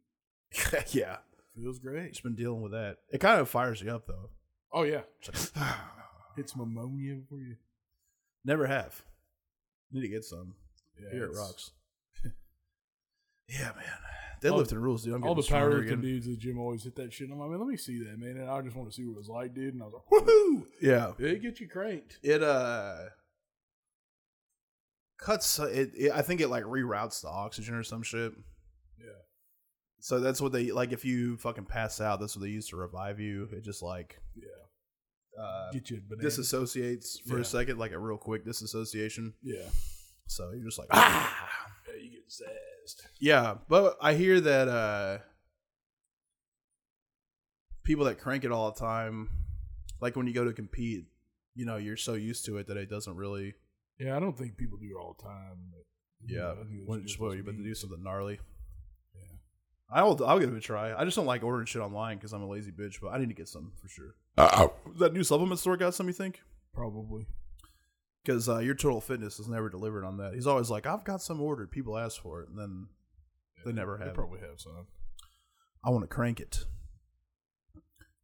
Speaker 1: yeah,
Speaker 2: Feels great.
Speaker 1: just been dealing with that. It kind of fires you up though.
Speaker 2: Oh, yeah.
Speaker 1: It's like,
Speaker 2: Hit some ammonia for you.
Speaker 1: Never have. Need to get some.
Speaker 2: Yeah,
Speaker 1: Here it
Speaker 2: it's-
Speaker 1: rocks. yeah, man. Deadlifting rules, dude. I'm
Speaker 2: All
Speaker 1: getting
Speaker 2: the
Speaker 1: stronger
Speaker 2: powerlifting
Speaker 1: again.
Speaker 2: dudes at the gym always hit that shit. I'm like, man, let me see that, man. And I just want to see what it was like, dude. And I was like, woohoo!
Speaker 1: Yeah.
Speaker 2: It gets you cranked.
Speaker 1: it uh cuts uh, it, it i think it like reroutes the oxygen or some shit
Speaker 2: Yeah.
Speaker 1: so that's what they like if you fucking pass out that's what they use to revive you it just like
Speaker 2: Yeah.
Speaker 1: uh
Speaker 2: Get you a banana.
Speaker 1: disassociates for
Speaker 2: Yeah.
Speaker 1: a second like a real quick disassociation
Speaker 2: yeah.
Speaker 1: so you're just like ah
Speaker 2: yeah. You get zazzed.
Speaker 1: yeah but i hear that uh people that crank it all the time like when you go to compete you know you're so used to it that it doesn't really
Speaker 2: Yeah, I don't think people do it all the time. But, you
Speaker 1: Yeah,
Speaker 2: know, I think it's
Speaker 1: when it's
Speaker 2: just
Speaker 1: supposed to be,
Speaker 2: me.
Speaker 1: but to do something gnarly.
Speaker 2: Yeah.
Speaker 1: I'll I'll give it a try. I just don't like ordering shit online because I'm a lazy bitch. But I need to get some for sure. That new supplement store got some, you think?
Speaker 2: Probably.
Speaker 1: Because uh, your Total Fitness is never delivered on that. He's always like, I've got some ordered. People ask for it, and then They never have
Speaker 2: They
Speaker 1: it.
Speaker 2: probably have some.
Speaker 1: I want to crank it.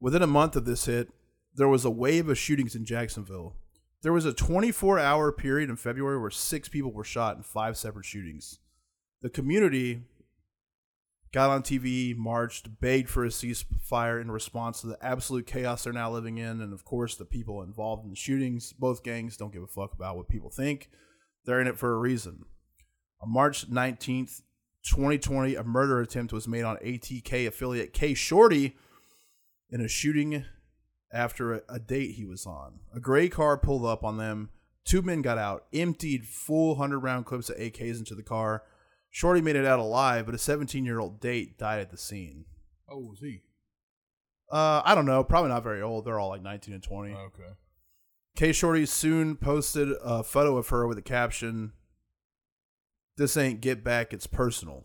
Speaker 1: Within a month of this hit, there was a wave of shootings in Jacksonville. There was a 24 hour period in February where six people were shot in five separate shootings. The community got on TV, marched, begged for a ceasefire in response to the absolute chaos they're now living in. And of course, the people involved in the shootings, both gangs, don't give a fuck about what people think. They're in it for a reason. On March 19th, 2020, a murder attempt was made on ATK affiliate K Shorty in a shooting after a, a date he was on. A gray car pulled up on them, Two men got out, emptied full 100 round clips of AKs into the car. Shorty made it out alive, but a 17 year old date died at the scene.
Speaker 2: Oh, was he?
Speaker 1: Uh, I don't know. Probably not very old. They're all like 19 and 20.
Speaker 2: Okay.
Speaker 1: K Shorty soon posted a photo of her with a caption This ain't get back, it's personal.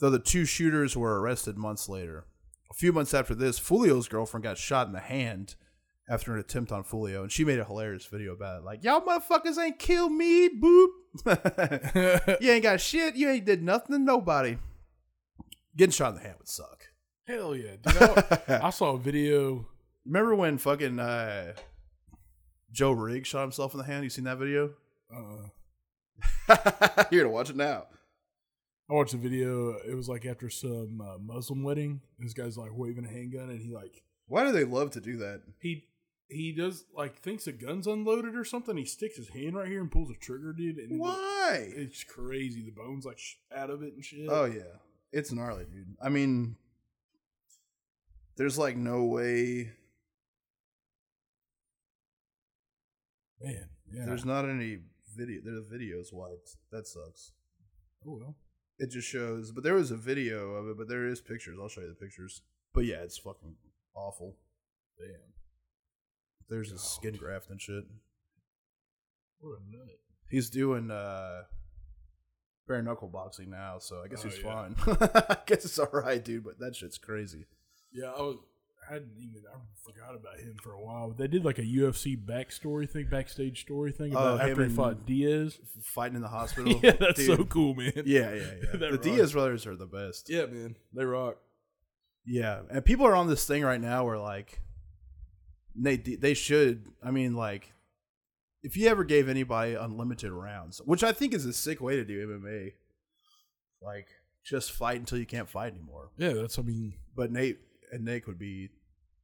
Speaker 1: Though the two shooters were arrested months later. A few months after this, Fulio's girlfriend got shot in the hand after an attempt on Fulio, and she made a hilarious video about it. Like, y'all motherfuckers ain't kill me, boop. you ain't got shit. You ain't did nothing to nobody. Getting shot in the hand would suck.
Speaker 2: Hell yeah. Dude, I, I saw a video.
Speaker 1: Remember when fucking uh, Joe Rigg shot himself in the hand? You seen that video?
Speaker 2: Uh,
Speaker 1: You're gonna watch it now.
Speaker 2: I watched a video. It was like after some uh, Muslim wedding. This guy's like waving a handgun, and he like
Speaker 1: Why do they love to do that?
Speaker 2: he he does like thinks a gun's unloaded or something. He sticks his hand right here and pulls a trigger, dude. And
Speaker 1: Why?
Speaker 2: It's crazy. The bones like sh- out of it and shit.
Speaker 1: Oh yeah, it's gnarly, dude. I mean, there's like no way.
Speaker 2: man, yeah.
Speaker 1: There's not any video. There's videos wiped. That sucks.
Speaker 2: oh well.
Speaker 1: It just shows. But there was a video of it. But there is pictures. I'll show you the pictures. But yeah, it's fucking awful.
Speaker 2: Damn,
Speaker 1: There's his
Speaker 2: God.
Speaker 1: skin graft and shit.
Speaker 2: what a nut.
Speaker 1: He's doing uh bare knuckle boxing now, so I guess
Speaker 2: Oh,
Speaker 1: he's
Speaker 2: yeah.
Speaker 1: fine. I guess it's all right, dude. But that shit's crazy.
Speaker 2: Yeah, I was. I hadn't even. I forgot about him for a while. But they did like a UFC backstory thing, backstage story thing
Speaker 1: Oh,
Speaker 2: about
Speaker 1: him
Speaker 2: after he
Speaker 1: and-
Speaker 2: fought Diaz.
Speaker 1: Fighting in the hospital.
Speaker 2: yeah, that's
Speaker 1: Dude.
Speaker 2: so cool, man.
Speaker 1: Yeah, yeah, yeah.
Speaker 2: That
Speaker 1: the
Speaker 2: rock.
Speaker 1: Diaz brothers are the best.
Speaker 2: yeah, man. They rock.
Speaker 1: Yeah, and people are on this thing right now where like they they should. I mean, like if you ever gave anybody unlimited rounds, which I think is a sick way to do MMA, like just fight until you can't fight anymore.
Speaker 2: Yeah, that's. I mean,
Speaker 1: But Nate and Nick would be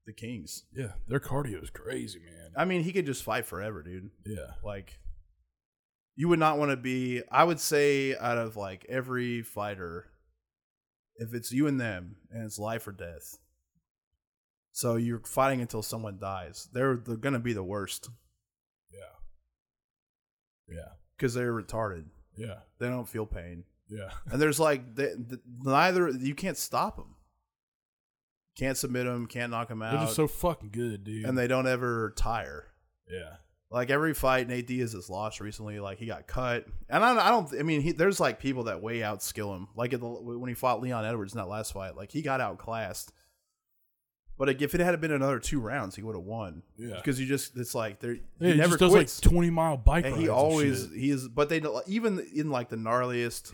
Speaker 1: the kings.
Speaker 2: yeah, their cardio is crazy, man.
Speaker 1: I mean, he could just fight forever, dude.
Speaker 2: yeah,
Speaker 1: Like you would not want to be. I would say out of like every fighter, if it's you and them and it's life or death. So you're fighting until someone dies. They're they're gonna be the worst
Speaker 2: yeah,
Speaker 1: because they're retarded.
Speaker 2: yeah,
Speaker 1: They don't feel pain,
Speaker 2: yeah.
Speaker 1: and there's like they, th neither you can't stop them. Can't submit them. Can't knock them
Speaker 2: They're
Speaker 1: out.
Speaker 2: just so fucking good, dude.
Speaker 1: and they don't ever tire.
Speaker 2: yeah,
Speaker 1: Like every fight Nate Diaz has lost recently, like he got cut, and I, don't- I don't. I mean, he, there's like people that way outskill him. Like at the, when he fought Leon Edwards in that last fight, like he got outclassed. But like, if it had been another two rounds, he would have won.
Speaker 2: Yeah.
Speaker 1: because you just it's like they
Speaker 2: yeah
Speaker 1: he
Speaker 2: he
Speaker 1: never
Speaker 2: just does
Speaker 1: quits,
Speaker 2: like twenty mile bike
Speaker 1: and
Speaker 2: rides.
Speaker 1: he always
Speaker 2: shit.
Speaker 1: he is. But they don't- even in like the gnarliest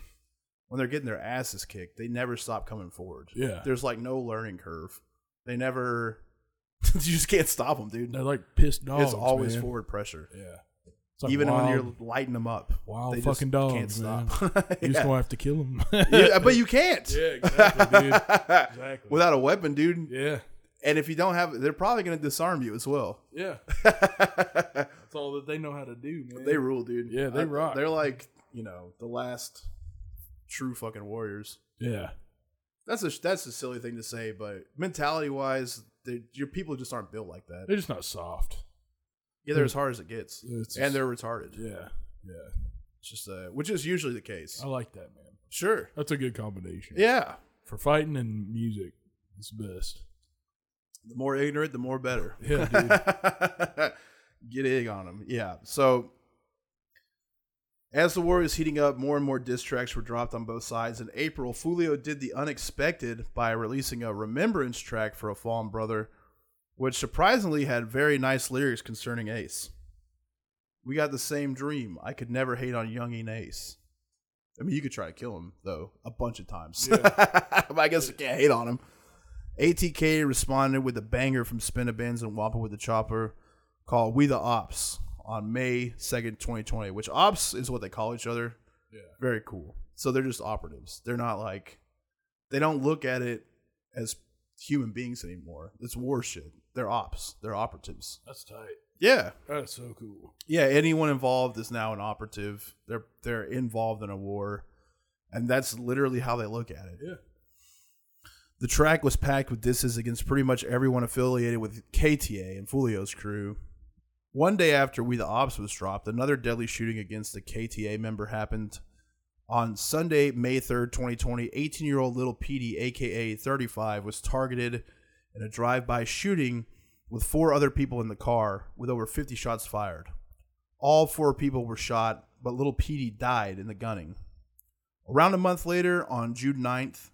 Speaker 1: when they're getting their asses kicked, they never stop coming forward.
Speaker 2: Yeah.
Speaker 1: there's like no learning curve. They never. you just can't stop them, dude.
Speaker 2: they're like pissed dogs.
Speaker 1: it's always
Speaker 2: man.
Speaker 1: forward pressure
Speaker 2: Yeah, It's like
Speaker 1: even when
Speaker 2: wild-
Speaker 1: you're lighting them up.
Speaker 2: wild
Speaker 1: they
Speaker 2: fucking
Speaker 1: just
Speaker 2: dogs,
Speaker 1: can't
Speaker 2: man.
Speaker 1: stop.
Speaker 2: you just
Speaker 1: Yeah.
Speaker 2: gonna have to kill him.
Speaker 1: Yeah, but you can't.
Speaker 2: Yeah, exactly, dude. Exactly.
Speaker 1: Without a weapon, dude.
Speaker 2: yeah,
Speaker 1: And if you don't have, they're probably going to disarm you as well.
Speaker 2: yeah. That's all that they know how to do, man.
Speaker 1: they rule, dude.
Speaker 2: Yeah, they
Speaker 1: I-
Speaker 2: rock.
Speaker 1: They're like, you know, the last true fucking warriors.
Speaker 2: yeah,
Speaker 1: That's a that's a silly thing to say, but mentality wise, your people just aren't built like that.
Speaker 2: they're just not soft.
Speaker 1: Yeah, they're as hard as it gets,
Speaker 2: It's-
Speaker 1: and they're retarded.
Speaker 2: Yeah, yeah.
Speaker 1: It's just uh, which is usually the case.
Speaker 2: I like that, man.
Speaker 1: Sure.
Speaker 2: That's a good combination.
Speaker 1: Yeah.
Speaker 2: for fighting and music, it's best.
Speaker 1: The more ignorant, the more better.
Speaker 2: Yeah,
Speaker 1: Get egg on him. Yeah. So as the war was heating up, more and more diss tracks were dropped on both sides. In April, Fulio did the unexpected by releasing a remembrance track for a fallen brother, which surprisingly had very nice lyrics concerning Ace. We got the same dream. I could never hate on youngin Ace. I mean, you could try to kill him though a bunch of times. but I guess I can't hate on him. ATK responded with a banger from Spinabins and Wampa with the Chopper called We the Ops on May 2nd, 2020, which Ops is what they call each other.
Speaker 2: Yeah.
Speaker 1: Very cool. So they're just operatives. They're not like, they don't look at it as human beings anymore. It's war shit. They're ops. They're operatives.
Speaker 2: That's tight.
Speaker 1: Yeah.
Speaker 2: That's so cool.
Speaker 1: Yeah. Anyone involved is now an operative. They're, they're involved in a war. And that's literally how they look at it.
Speaker 2: Yeah.
Speaker 1: The track was packed with disses against pretty much everyone affiliated with KTA and Fulio's crew, One day after We the Ops was dropped, another deadly shooting against the KTA member happened on Sunday, May 3rd, 2020. 18 year old Little Petey, aka 35, was targeted in a drive by shooting with four other people in the car with over 50 shots fired. All four people were shot, but Little Petey died in the gunning. Around a month later, on June 9th,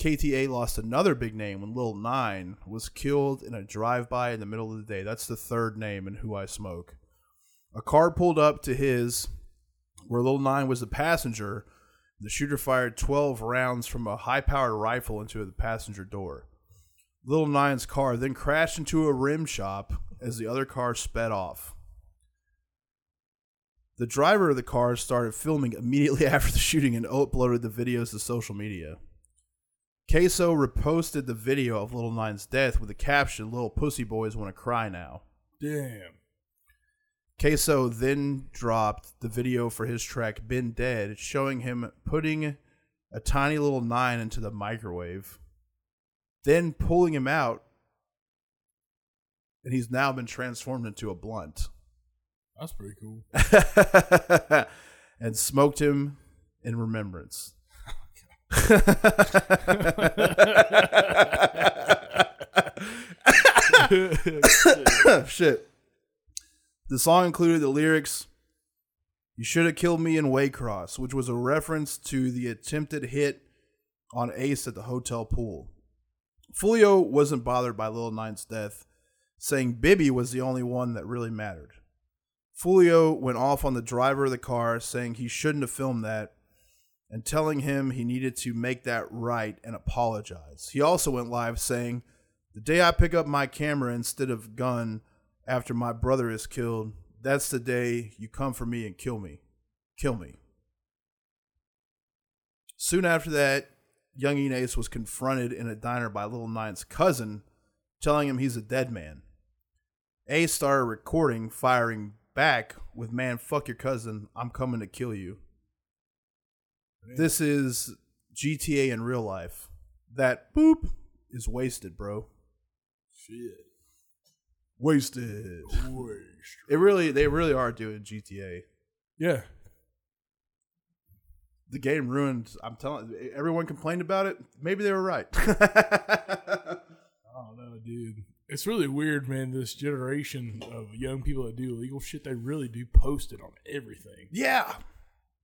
Speaker 1: KTA lost another big name when Lil Nine was killed in a drive by in the middle of the day. That's the third name in Who I Smoke. A car pulled up to his, where Lil Nine was the passenger. The shooter fired 12 rounds from a high powered rifle into the passenger door. Little Nine's car then crashed into a rim shop as the other car sped off. The driver of the car started filming immediately after the shooting and uploaded the videos to social media. Queso reposted the video of Little Nine's death with the caption, Little Pussy Boys Wanna Cry Now.
Speaker 2: Damn.
Speaker 1: Queso then dropped the video for his track Been Dead, showing him putting a tiny little nine into the microwave, then pulling him out, and he's now been transformed into a blunt.
Speaker 2: That's pretty cool.
Speaker 1: and smoked him in remembrance. Shit. The song included the lyrics You should have killed me in Waycross, which was a reference to the attempted hit on Ace at the hotel pool. Fulio wasn't bothered by Lil Nine's death, saying Bibby was the only one that really mattered. Fulio went off on the driver of the car, saying he shouldn't have filmed that and telling him he needed to make that right and apologize. He also went live saying, The day I pick up my camera instead of gun after my brother is killed, that's the day you come for me and kill me. Kill me. Soon after that, young Enes was confronted in a diner by Little Nine's cousin, telling him he's a dead man. Ace started recording, firing back with Man, fuck your cousin, I'm coming to kill you. This is GTA in real life. That boop is wasted, bro.
Speaker 2: Shit.
Speaker 1: Wasted.
Speaker 2: Waste.
Speaker 1: It really, they really are doing GTA.
Speaker 2: Yeah.
Speaker 1: The game ruined. I'm telling. Everyone complained about it. Maybe they were right.
Speaker 2: I don't know, dude. It's really weird, man. This generation of young people that do illegal shit, they really do post it on everything.
Speaker 1: yeah,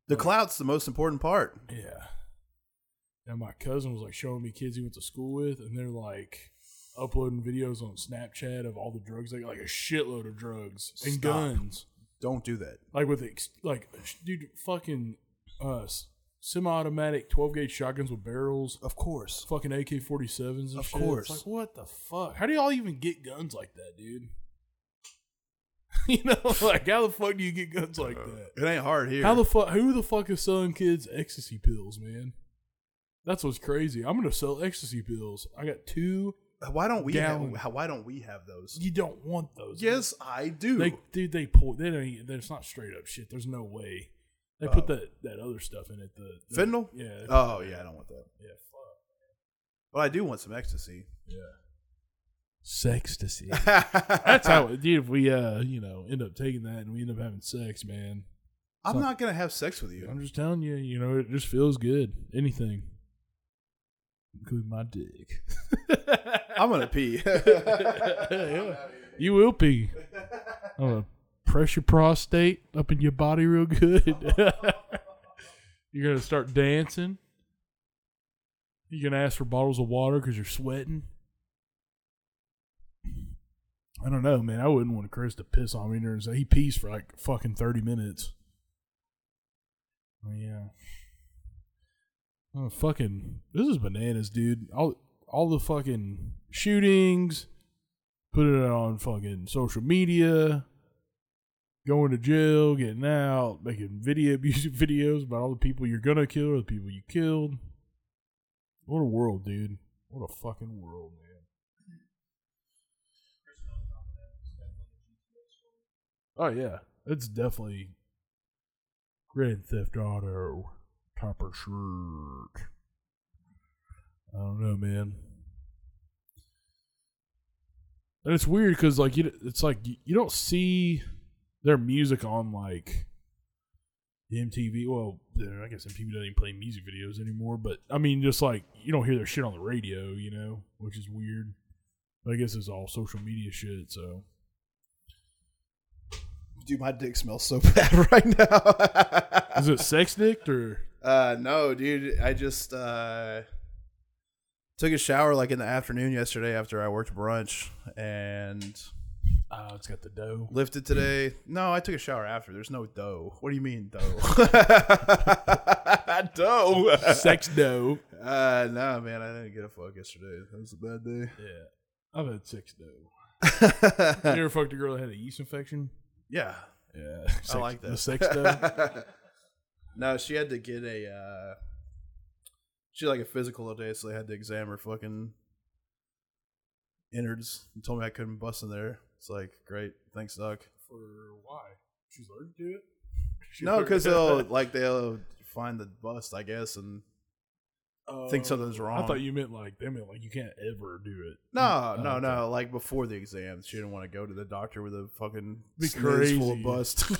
Speaker 1: the clout's the most important part.
Speaker 2: Yeah. And my cousin was like showing me kids he went to school with, and they're like uploading videos on Snapchat of all the drugs, like like a shitload of drugs and
Speaker 1: Stop.
Speaker 2: guns,
Speaker 1: Don't do that.
Speaker 2: like with ex- like dude, fucking uh, s- semi-automatic twelve gauge shotguns with barrels,
Speaker 1: Of course.
Speaker 2: fucking AK forty sevens,
Speaker 1: Of
Speaker 2: shit.
Speaker 1: course.
Speaker 2: It's like what the fuck? How do y'all even get guns like that, dude? you know, like how the fuck do you get guns like that?
Speaker 1: It ain't hard here.
Speaker 2: How the fuck? Who the fuck is selling kids ecstasy pills, man? That's what's crazy. I'm gonna sell ecstasy pills. I got two.
Speaker 1: why don't we? Have,
Speaker 2: Gallon.
Speaker 1: why don't we have those?
Speaker 2: You don't want those.
Speaker 1: Yes, I do.
Speaker 2: they dude. They pull. They don't. even- There's not straight up shit. There's no way. They put
Speaker 1: Oh.
Speaker 2: that that other stuff in it. The, the
Speaker 1: Fentanyl.
Speaker 2: Yeah. they put
Speaker 1: Oh
Speaker 2: that in
Speaker 1: yeah, I
Speaker 2: it.
Speaker 1: don't want that.
Speaker 2: Yeah. Fuck.
Speaker 1: But I do want some ecstasy.
Speaker 2: Yeah. Sextasy.
Speaker 1: That's
Speaker 2: That's how. it- Dude, if we uh, you know, end up taking that and we end up having sex, man.
Speaker 1: I'm not gonna have sex with you.
Speaker 2: I'm just telling you. You know, it just feels good. Anything. Including my dick.
Speaker 1: I'm gonna pee.
Speaker 2: You will be. I'm gonna press your prostate up in your body real good. you're gonna start dancing. You're gonna ask for bottles of water because you're sweating. I don't know, man. I wouldn't want Chris to piss on me during. He pees for like fucking thirty minutes. Oh, yeah. Oh, fucking. This is bananas, dude. All all the fucking shootings, putting it on fucking social media, going to jail, getting out, making video music videos about all the people you're gonna kill or the people you killed. What a world, dude. What a fucking world, man. Oh yeah. It's definitely Grand Theft Auto Copper Shirt. I don't know, man. And it's weird because like you, it's like you, you don't see their music on like the MTV. Well, I guess MTV doesn't even play music videos anymore. But I mean, just like you don't hear their shit on the radio, you know, which is weird. But I guess it's all social media shit. So
Speaker 1: Dude, my dick smells so bad right now.
Speaker 2: is it sex dick or
Speaker 1: uh, no, dude, I just uh, took a shower like in the afternoon yesterday after I worked brunch and
Speaker 2: oh, it's got the dough?
Speaker 1: lifted today. No, I took a shower after. There's no dough. What do you mean dough? dough.
Speaker 2: sex dough.
Speaker 1: Uh, no, man, I didn't get a fuck yesterday. That was a bad day.
Speaker 2: Yeah, I've had sex dough. You ever fucked a girl that had a yeast infection?
Speaker 1: yeah,
Speaker 2: Yeah,
Speaker 1: I like that.
Speaker 2: The sex dough.
Speaker 1: no, she had to get a. Uh, she had like a physical today, so they had to examine her fucking innards. And told me I couldn't bust in there. It's like great, thanks, doc.
Speaker 2: For why? She's allergic to it.
Speaker 1: No, uh, because they'll like they'll find the bust, I guess, and think
Speaker 2: Oh,
Speaker 1: something's wrong.
Speaker 2: I thought you meant like they meant like you can't ever do it.
Speaker 1: No,
Speaker 2: Oh,
Speaker 1: no,
Speaker 2: okay.
Speaker 1: no. Like before the exam, she didn't want to go to the doctor with a fucking
Speaker 2: Be
Speaker 1: sneeze full of
Speaker 2: crazy.
Speaker 1: bust.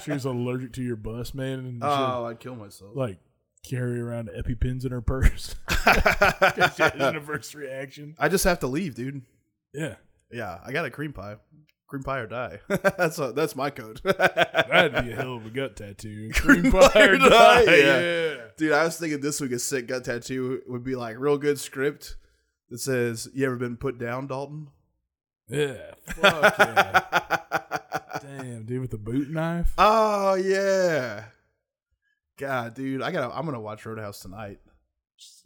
Speaker 2: She was allergic to your bus, man, and she
Speaker 1: oh, I'd kill myself.
Speaker 2: like carry around EpiPens in her purse. She had an adverse reaction.
Speaker 1: I just have to leave, dude.
Speaker 2: Yeah,
Speaker 1: Yeah, I got a cream pie. Cream pie or die. that's a, that's my code.
Speaker 2: that'd be a hell of a gut tattoo.
Speaker 1: Cream
Speaker 2: Cream
Speaker 1: pie
Speaker 2: pie
Speaker 1: or
Speaker 2: or
Speaker 1: die,
Speaker 2: die.
Speaker 1: yeah.
Speaker 2: Yeah.
Speaker 1: Dude, I was thinking this week a sick gut tattoo would be like real good script that says, "You ever been put down, Dalton?"
Speaker 2: yeah, Fuck yeah. Damn, dude, with the boot knife.
Speaker 1: oh yeah. God, dude, I got. to I'm gonna watch Roadhouse tonight.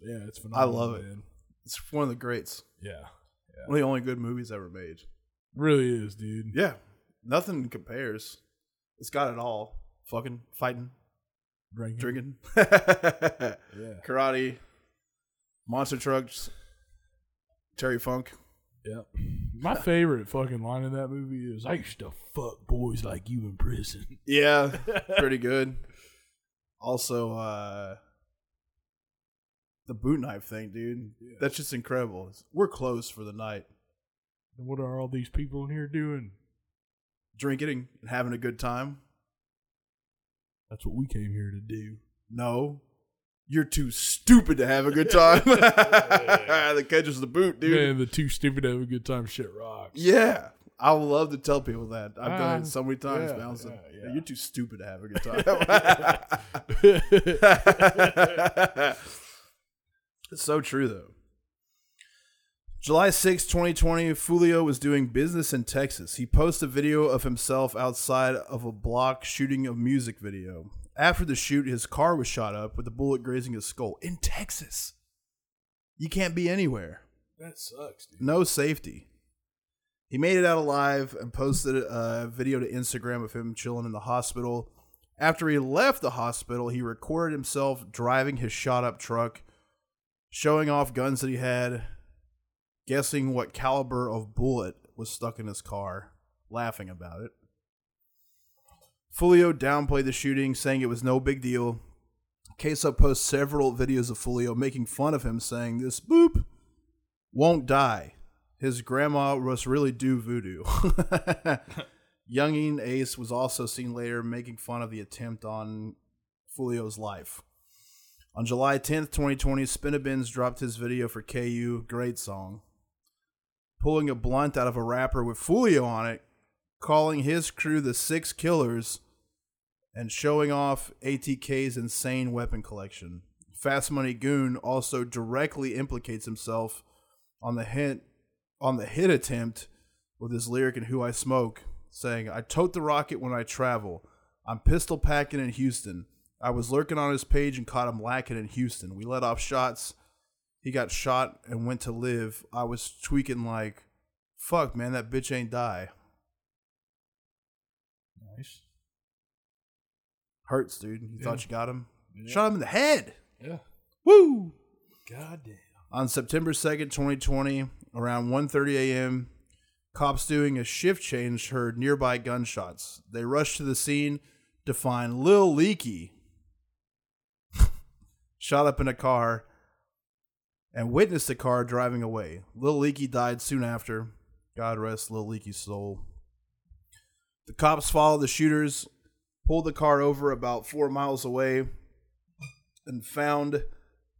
Speaker 2: Yeah, it's phenomenal.
Speaker 1: love it.
Speaker 2: man.
Speaker 1: It's one of the greats.
Speaker 2: Yeah,
Speaker 1: One of the only good movies ever made.
Speaker 2: really is, dude.
Speaker 1: Yeah, nothing compares. It's got it all. Fucking fighting,
Speaker 2: Drinking.
Speaker 1: drinking,
Speaker 2: Yeah,
Speaker 1: karate, monster trucks, Terry Funk.
Speaker 2: yeah. My favorite fucking line in that movie is, "I used to fuck boys like you in prison."
Speaker 1: Yeah, pretty good. Also, uh the boot knife thing, dude.
Speaker 2: Yeah.
Speaker 1: That's just incredible. We're closed for the night,
Speaker 2: What are all these people in here doing?
Speaker 1: drinking and having a good time.
Speaker 2: That's what we came here to do.
Speaker 1: No, you're too stupid to have a good time. the catch is the boot, dude.
Speaker 2: Man, the too stupid to have a good time shit rocks.
Speaker 1: Yeah. I would love to tell people that. I've done
Speaker 2: Ah,
Speaker 1: it so many times,
Speaker 2: yeah,
Speaker 1: man. I was like,
Speaker 2: yeah, yeah.
Speaker 1: You're too stupid to have a good time. it's so true, though. July 6, 2020, Fulio was doing business in Texas. He posted a video of himself outside of a block shooting a music video. After the shoot, his car was shot up with a bullet grazing his skull in Texas. You can't be anywhere
Speaker 2: That sucks, dude.
Speaker 1: no safety. He made it out alive and posted a video to Instagram of him chilling in the hospital. After he left the hospital, he recorded himself driving his shot up truck, showing off guns that he had, guessing what caliber of bullet was stuck in his car, laughing about it. Fulio downplayed the shooting, saying it was no big deal. Queso posts several videos of Fulio making fun of him, saying this boop won't die. His grandma was really do voodoo. Younging Ace was also seen later making fun of the attempt on Fulio's life. On July 10th, 2020, Spinabins dropped his video for KU, great song. Pulling a blunt out of a wrapper with Fulio on it, calling his crew the Six Killers, and showing off ATK's insane weapon collection. Fast Money Goon also directly implicates himself on the hint on the hit attempt with his lyric in Who I Smoke, saying, I tote the rocket when I travel. I'm pistol packing in Houston. I was lurking on his page and caught him lacking in Houston. We let off shots. He got shot and went to live. I was tweaking like, fuck, man, that bitch ain't die.
Speaker 2: Nice.
Speaker 1: Hurts, dude. You thought
Speaker 2: Yeah.
Speaker 1: you got him?
Speaker 2: Yeah.
Speaker 1: Shot him in the head.
Speaker 2: Yeah.
Speaker 1: Woo!
Speaker 2: Goddamn.
Speaker 1: On September 2nd, 2020, around 1:30 a.m., cops doing a shift change heard nearby gunshots. They rushed to the scene to find Lil Leaky shot up in a car and witnessed the car driving away. Lil Leaky died soon after. God rest Lil Leaky's soul. The cops followed the shooters, pulled the car over about four miles away, and found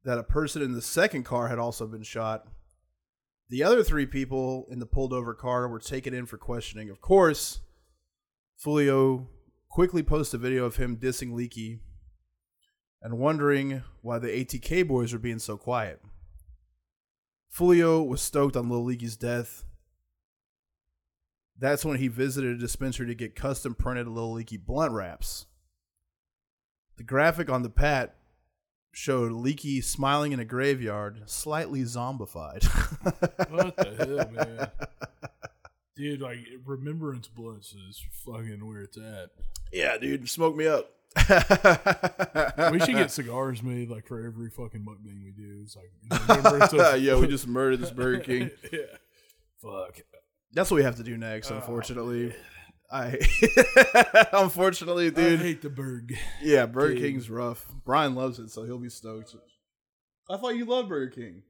Speaker 1: that a person in the second car had also been shot. The other three people in the pulled over car were taken in for questioning. Of course, Fulio quickly posts a video of him dissing Leaky and wondering why the ATK boys were being so quiet. Fulio was stoked on Lil Leaky's death. That's when he visited a dispensary to get custom printed Lil Leaky blunt wraps. The graphic on the pat showed Leaky smiling in a graveyard, slightly zombified.
Speaker 2: What the hell, man? Dude, like remembrance blunts is fucking where it's at.
Speaker 1: Yeah, dude, smoke me up.
Speaker 2: We should get cigars made like for every fucking mukbang we do. It's like remembrance of-
Speaker 1: yeah, we just murdered this Burger King.
Speaker 2: yeah. Fuck.
Speaker 1: That's what we have to do
Speaker 2: Oh,
Speaker 1: next, unfortunately. I unfortunately,
Speaker 2: Dude.
Speaker 1: dude.
Speaker 2: I hate the burg.
Speaker 1: yeah, Burger
Speaker 2: dude.
Speaker 1: King's rough. Brian loves it, so he'll be stoked. I thought you loved Burger King.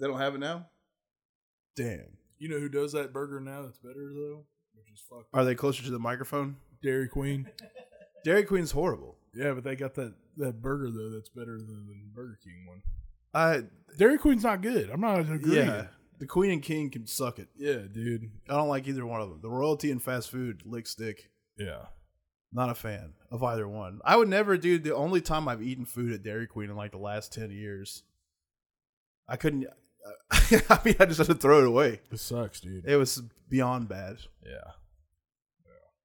Speaker 1: They don't have it now. Damn.
Speaker 2: You know who does that burger now that's better though? Which is fuck
Speaker 1: Are they closer to the microphone?
Speaker 2: Dairy Queen.
Speaker 1: Dairy Queen's horrible.
Speaker 2: Yeah, but they got that, that burger though that's better than the Burger King one.
Speaker 1: I
Speaker 2: Dairy Queen's not good. I'm not agreeing.
Speaker 1: yeah. The Queen and King can suck it.
Speaker 2: yeah, dude.
Speaker 1: I don't like either one of them. The royalty and fast food lick stick.
Speaker 2: Yeah.
Speaker 1: Not a fan of either one. I would never do the only time I've eaten food at Dairy Queen in like the last 10 years. I couldn't, I mean, I just had to throw it away.
Speaker 2: It sucks, dude.
Speaker 1: It was beyond bad.
Speaker 2: yeah.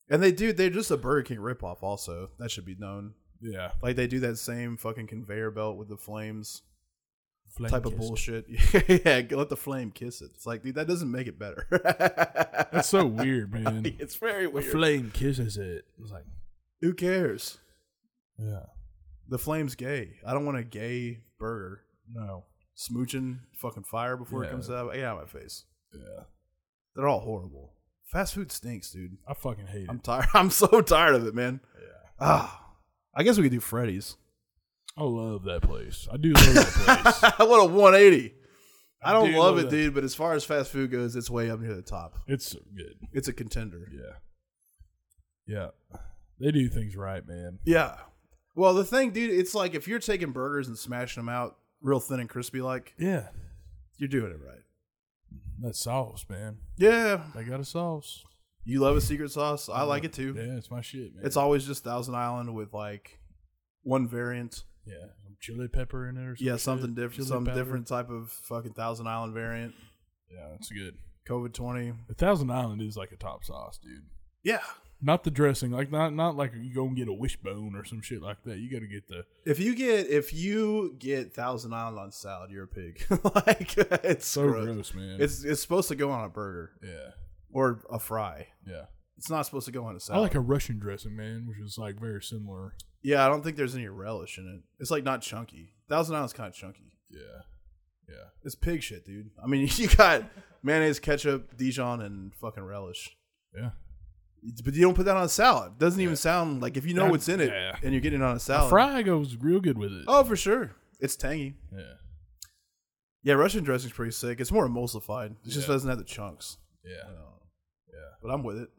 Speaker 1: And they do, they're just a Burger King ripoff, also. That should be known.
Speaker 2: Yeah.
Speaker 1: Like they do that same fucking conveyor belt with the flames type of
Speaker 2: bullshit.
Speaker 1: bullshit. yeah, let the flame kiss it. It's like, dude, that doesn't make it better.
Speaker 2: That's so weird, man.
Speaker 1: it's very
Speaker 2: The
Speaker 1: weird.
Speaker 2: flame kisses it. It's like,
Speaker 1: Who cares?
Speaker 2: yeah,
Speaker 1: The flame's gay. I don't want a gay burger.
Speaker 2: no,
Speaker 1: smooching fucking fire before it
Speaker 2: Yeah.
Speaker 1: comes out. Get out of my face.
Speaker 2: yeah.
Speaker 1: They're all horrible. Fast food stinks, dude.
Speaker 2: I fucking hate
Speaker 1: I'm
Speaker 2: it.
Speaker 1: tired. I'm so tired of it, man.
Speaker 2: Yeah,
Speaker 1: Ah, I guess we could do Freddy's.
Speaker 2: I love that place. I do love that place.
Speaker 1: what a 180. I
Speaker 2: I
Speaker 1: don't
Speaker 2: do
Speaker 1: love,
Speaker 2: love
Speaker 1: it,
Speaker 2: that.
Speaker 1: dude. But as far as fast food goes, it's way up near the top.
Speaker 2: It's good.
Speaker 1: It's a contender.
Speaker 2: Yeah, yeah. They do things right, man.
Speaker 1: Yeah. Well, the thing, dude, it's like if you're taking burgers and smashing them out real thin and crispy, like
Speaker 2: Yeah,
Speaker 1: you're doing it right.
Speaker 2: that sauce, man.
Speaker 1: Yeah.
Speaker 2: They got a sauce.
Speaker 1: You love a secret sauce. I like it too.
Speaker 2: Yeah, it's my shit, man.
Speaker 1: It's always just Thousand Island with like one variant.
Speaker 2: yeah, some chili pepper in it or some
Speaker 1: yeah,
Speaker 2: shit.
Speaker 1: something different,
Speaker 2: Chili
Speaker 1: some
Speaker 2: powder.
Speaker 1: different type of fucking Thousand Island variant.
Speaker 2: Yeah, it's good.
Speaker 1: COVID twenty.
Speaker 2: The Thousand Island is like a top sauce, dude.
Speaker 1: Yeah,
Speaker 2: Not the dressing, like not not like you go and get a wishbone or some shit like that. You got to get the
Speaker 1: if you get if you get Thousand Island on salad, you're a pig. like it's
Speaker 2: so
Speaker 1: gross.
Speaker 2: gross man.
Speaker 1: It's it's supposed to go on a burger
Speaker 2: yeah,
Speaker 1: or a fry.
Speaker 2: yeah.
Speaker 1: It's not supposed to go on a
Speaker 2: I
Speaker 1: salad.
Speaker 2: like a Russian dressing, man, which is like very similar.
Speaker 1: yeah, I don't think there's any relish in it. It's like not chunky. Thousand Island's kind of chunky.
Speaker 2: Yeah, yeah,
Speaker 1: It's pig shit, dude. I mean, you got mayonnaise, ketchup, Dijon, and fucking relish.
Speaker 2: yeah.
Speaker 1: But you don't put that on a salad. Doesn't even sound like if you know
Speaker 2: That-
Speaker 1: what's in it
Speaker 2: yeah.
Speaker 1: and you're getting it on a salad.
Speaker 2: Fry goes real good with it.
Speaker 1: Oh, for sure. It's tangy.
Speaker 2: Yeah,
Speaker 1: Yeah, Russian dressing's pretty sick. It's more emulsified. It just
Speaker 2: Yeah.
Speaker 1: doesn't have the chunks.
Speaker 2: yeah, yeah.
Speaker 1: But I'm with it.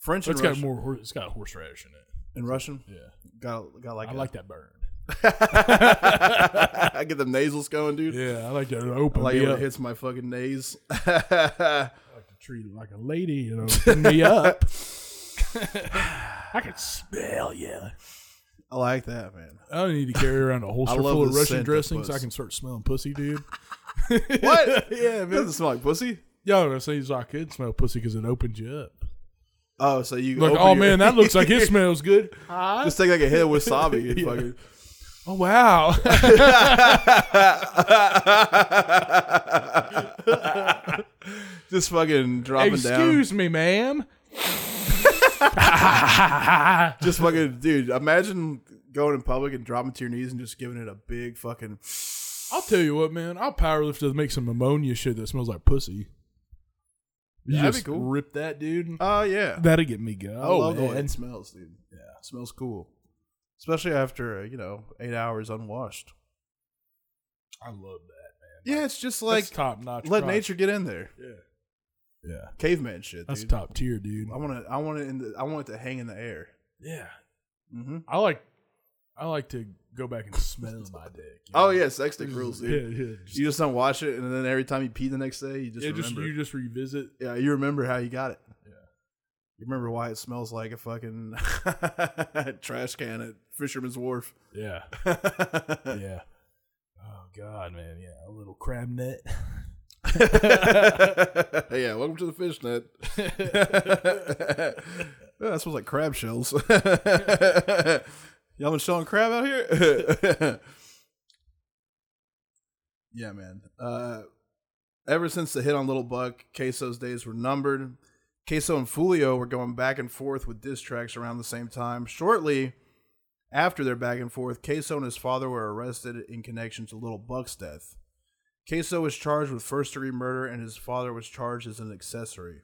Speaker 1: French
Speaker 2: But
Speaker 1: and
Speaker 2: it's
Speaker 1: Russian,
Speaker 2: got more. hor- It's got horseradish in it.
Speaker 1: and Russian
Speaker 2: Yeah,
Speaker 1: got got like
Speaker 2: I
Speaker 1: a-
Speaker 2: like that burn.
Speaker 1: I get them nasals going, dude.
Speaker 2: Yeah, I like that open
Speaker 1: I like
Speaker 2: me
Speaker 1: it when
Speaker 2: up.
Speaker 1: it hits my fucking nase. I
Speaker 2: I like to treat it like a lady and open me up. I can smell you.
Speaker 1: like that, man.
Speaker 2: I don't need to carry around a holster
Speaker 1: love
Speaker 2: full
Speaker 1: the
Speaker 2: of
Speaker 1: scent
Speaker 2: Russian
Speaker 1: of
Speaker 2: dressings.
Speaker 1: puss.
Speaker 2: I can start smelling pussy, dude.
Speaker 1: What? yeah, man. Doesn't smell like pussy.
Speaker 2: Yo, I say I could smell pussy because it opens you up.
Speaker 1: Oh, so you
Speaker 2: Like,
Speaker 1: open
Speaker 2: oh
Speaker 1: your-
Speaker 2: man, that looks like it smells good.
Speaker 1: just take like a hit of wasabi. And
Speaker 2: Yeah.
Speaker 1: fucking,
Speaker 2: Oh wow.
Speaker 1: just fucking dropping down.
Speaker 2: Excuse me, ma'am.
Speaker 1: just fucking dude imagine going in public and dropping to your knees and just giving it a big fucking
Speaker 2: I'll tell you what, man. I'll powerlift to make some ammonia shit that smells like pussy. You
Speaker 1: That'd be
Speaker 2: just
Speaker 1: cool.
Speaker 2: rip that, dude.
Speaker 1: oh yeah
Speaker 2: That'll get me going.
Speaker 1: i love the way
Speaker 2: man.
Speaker 1: it smells dude yeah smells cool especially after uh, you know eight hours unwashed
Speaker 2: I love that, man.
Speaker 1: yeah it's just like
Speaker 2: top notch.
Speaker 1: let nature get in there
Speaker 2: Yeah. Yeah.
Speaker 1: Caveman shit.
Speaker 2: That's
Speaker 1: dude.
Speaker 2: top tier, dude.
Speaker 1: I want to. I want it. In the, I want it to hang in the air.
Speaker 2: yeah.
Speaker 1: Mm-hmm.
Speaker 2: I like I like to go back and smell my dick. you
Speaker 1: Oh
Speaker 2: know?
Speaker 1: yeah, sex dick rules, dude.
Speaker 2: Yeah, yeah. Just,
Speaker 1: You just don't wash it, and then every time you pee the next day, you just
Speaker 2: yeah, just
Speaker 1: remember.
Speaker 2: you just revisit.
Speaker 1: yeah, you remember how you got it.
Speaker 2: Yeah.
Speaker 1: You remember why it smells like a fucking trash can at Fisherman's Wharf.
Speaker 2: Yeah. yeah. Oh God, man, yeah, a little crab net.
Speaker 1: yeah, welcome to the fishnet. yeah, that smells like crab shells. Y'all been showing crab out here? yeah, man. Uh, ever since the hit on Little Buck, Queso's days were numbered. Queso and Fulio were going back and forth with diss tracks around the same time. Shortly after their back and forth, Queso and his father were arrested in connection to Little Buck's death. Queso was charged with first degree murder and his father was charged as an accessory.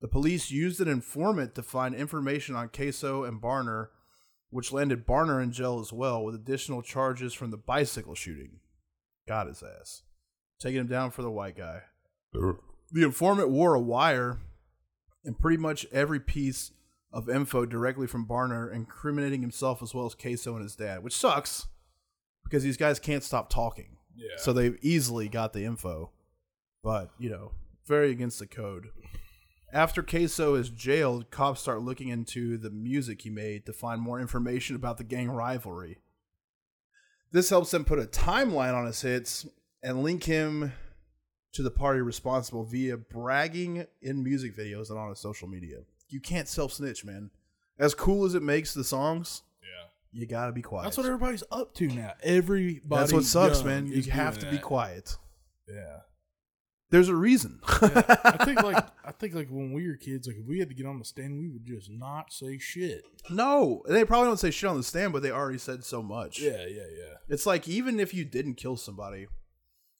Speaker 1: The police used an informant to find information on Queso and Barner, which landed Barner in jail as well, with additional charges from the bicycle shooting. Got his ass. Taking him down for the white guy. The informant wore a wire and pretty much every piece of info directly from Barner, incriminating himself as well as Queso and his dad, which sucks because these guys can't stop talking.
Speaker 2: Yeah.
Speaker 1: So they've easily got the info, but you know, very against the code. After Queso is jailed, cops start looking into the music he made to find more information about the gang rivalry. This helps them put a timeline on his hits and link him to the party responsible via bragging in music videos and on his social media. You can't self snitch, man. As cool as it makes the songs,
Speaker 2: yeah.
Speaker 1: you gotta be quiet.
Speaker 2: That's what everybody's up to now. Everybody.
Speaker 1: That's what sucks,
Speaker 2: young
Speaker 1: man. You
Speaker 2: is
Speaker 1: have to
Speaker 2: doing
Speaker 1: be
Speaker 2: that.
Speaker 1: quiet.
Speaker 2: Yeah.
Speaker 1: There's a reason.
Speaker 2: I think like I think like when we were kids, like if we had to get on the stand, we would just not say shit.
Speaker 1: no, they probably don't say shit on the stand, but they already said so much.
Speaker 2: Yeah, yeah, yeah.
Speaker 1: It's like even if you didn't kill somebody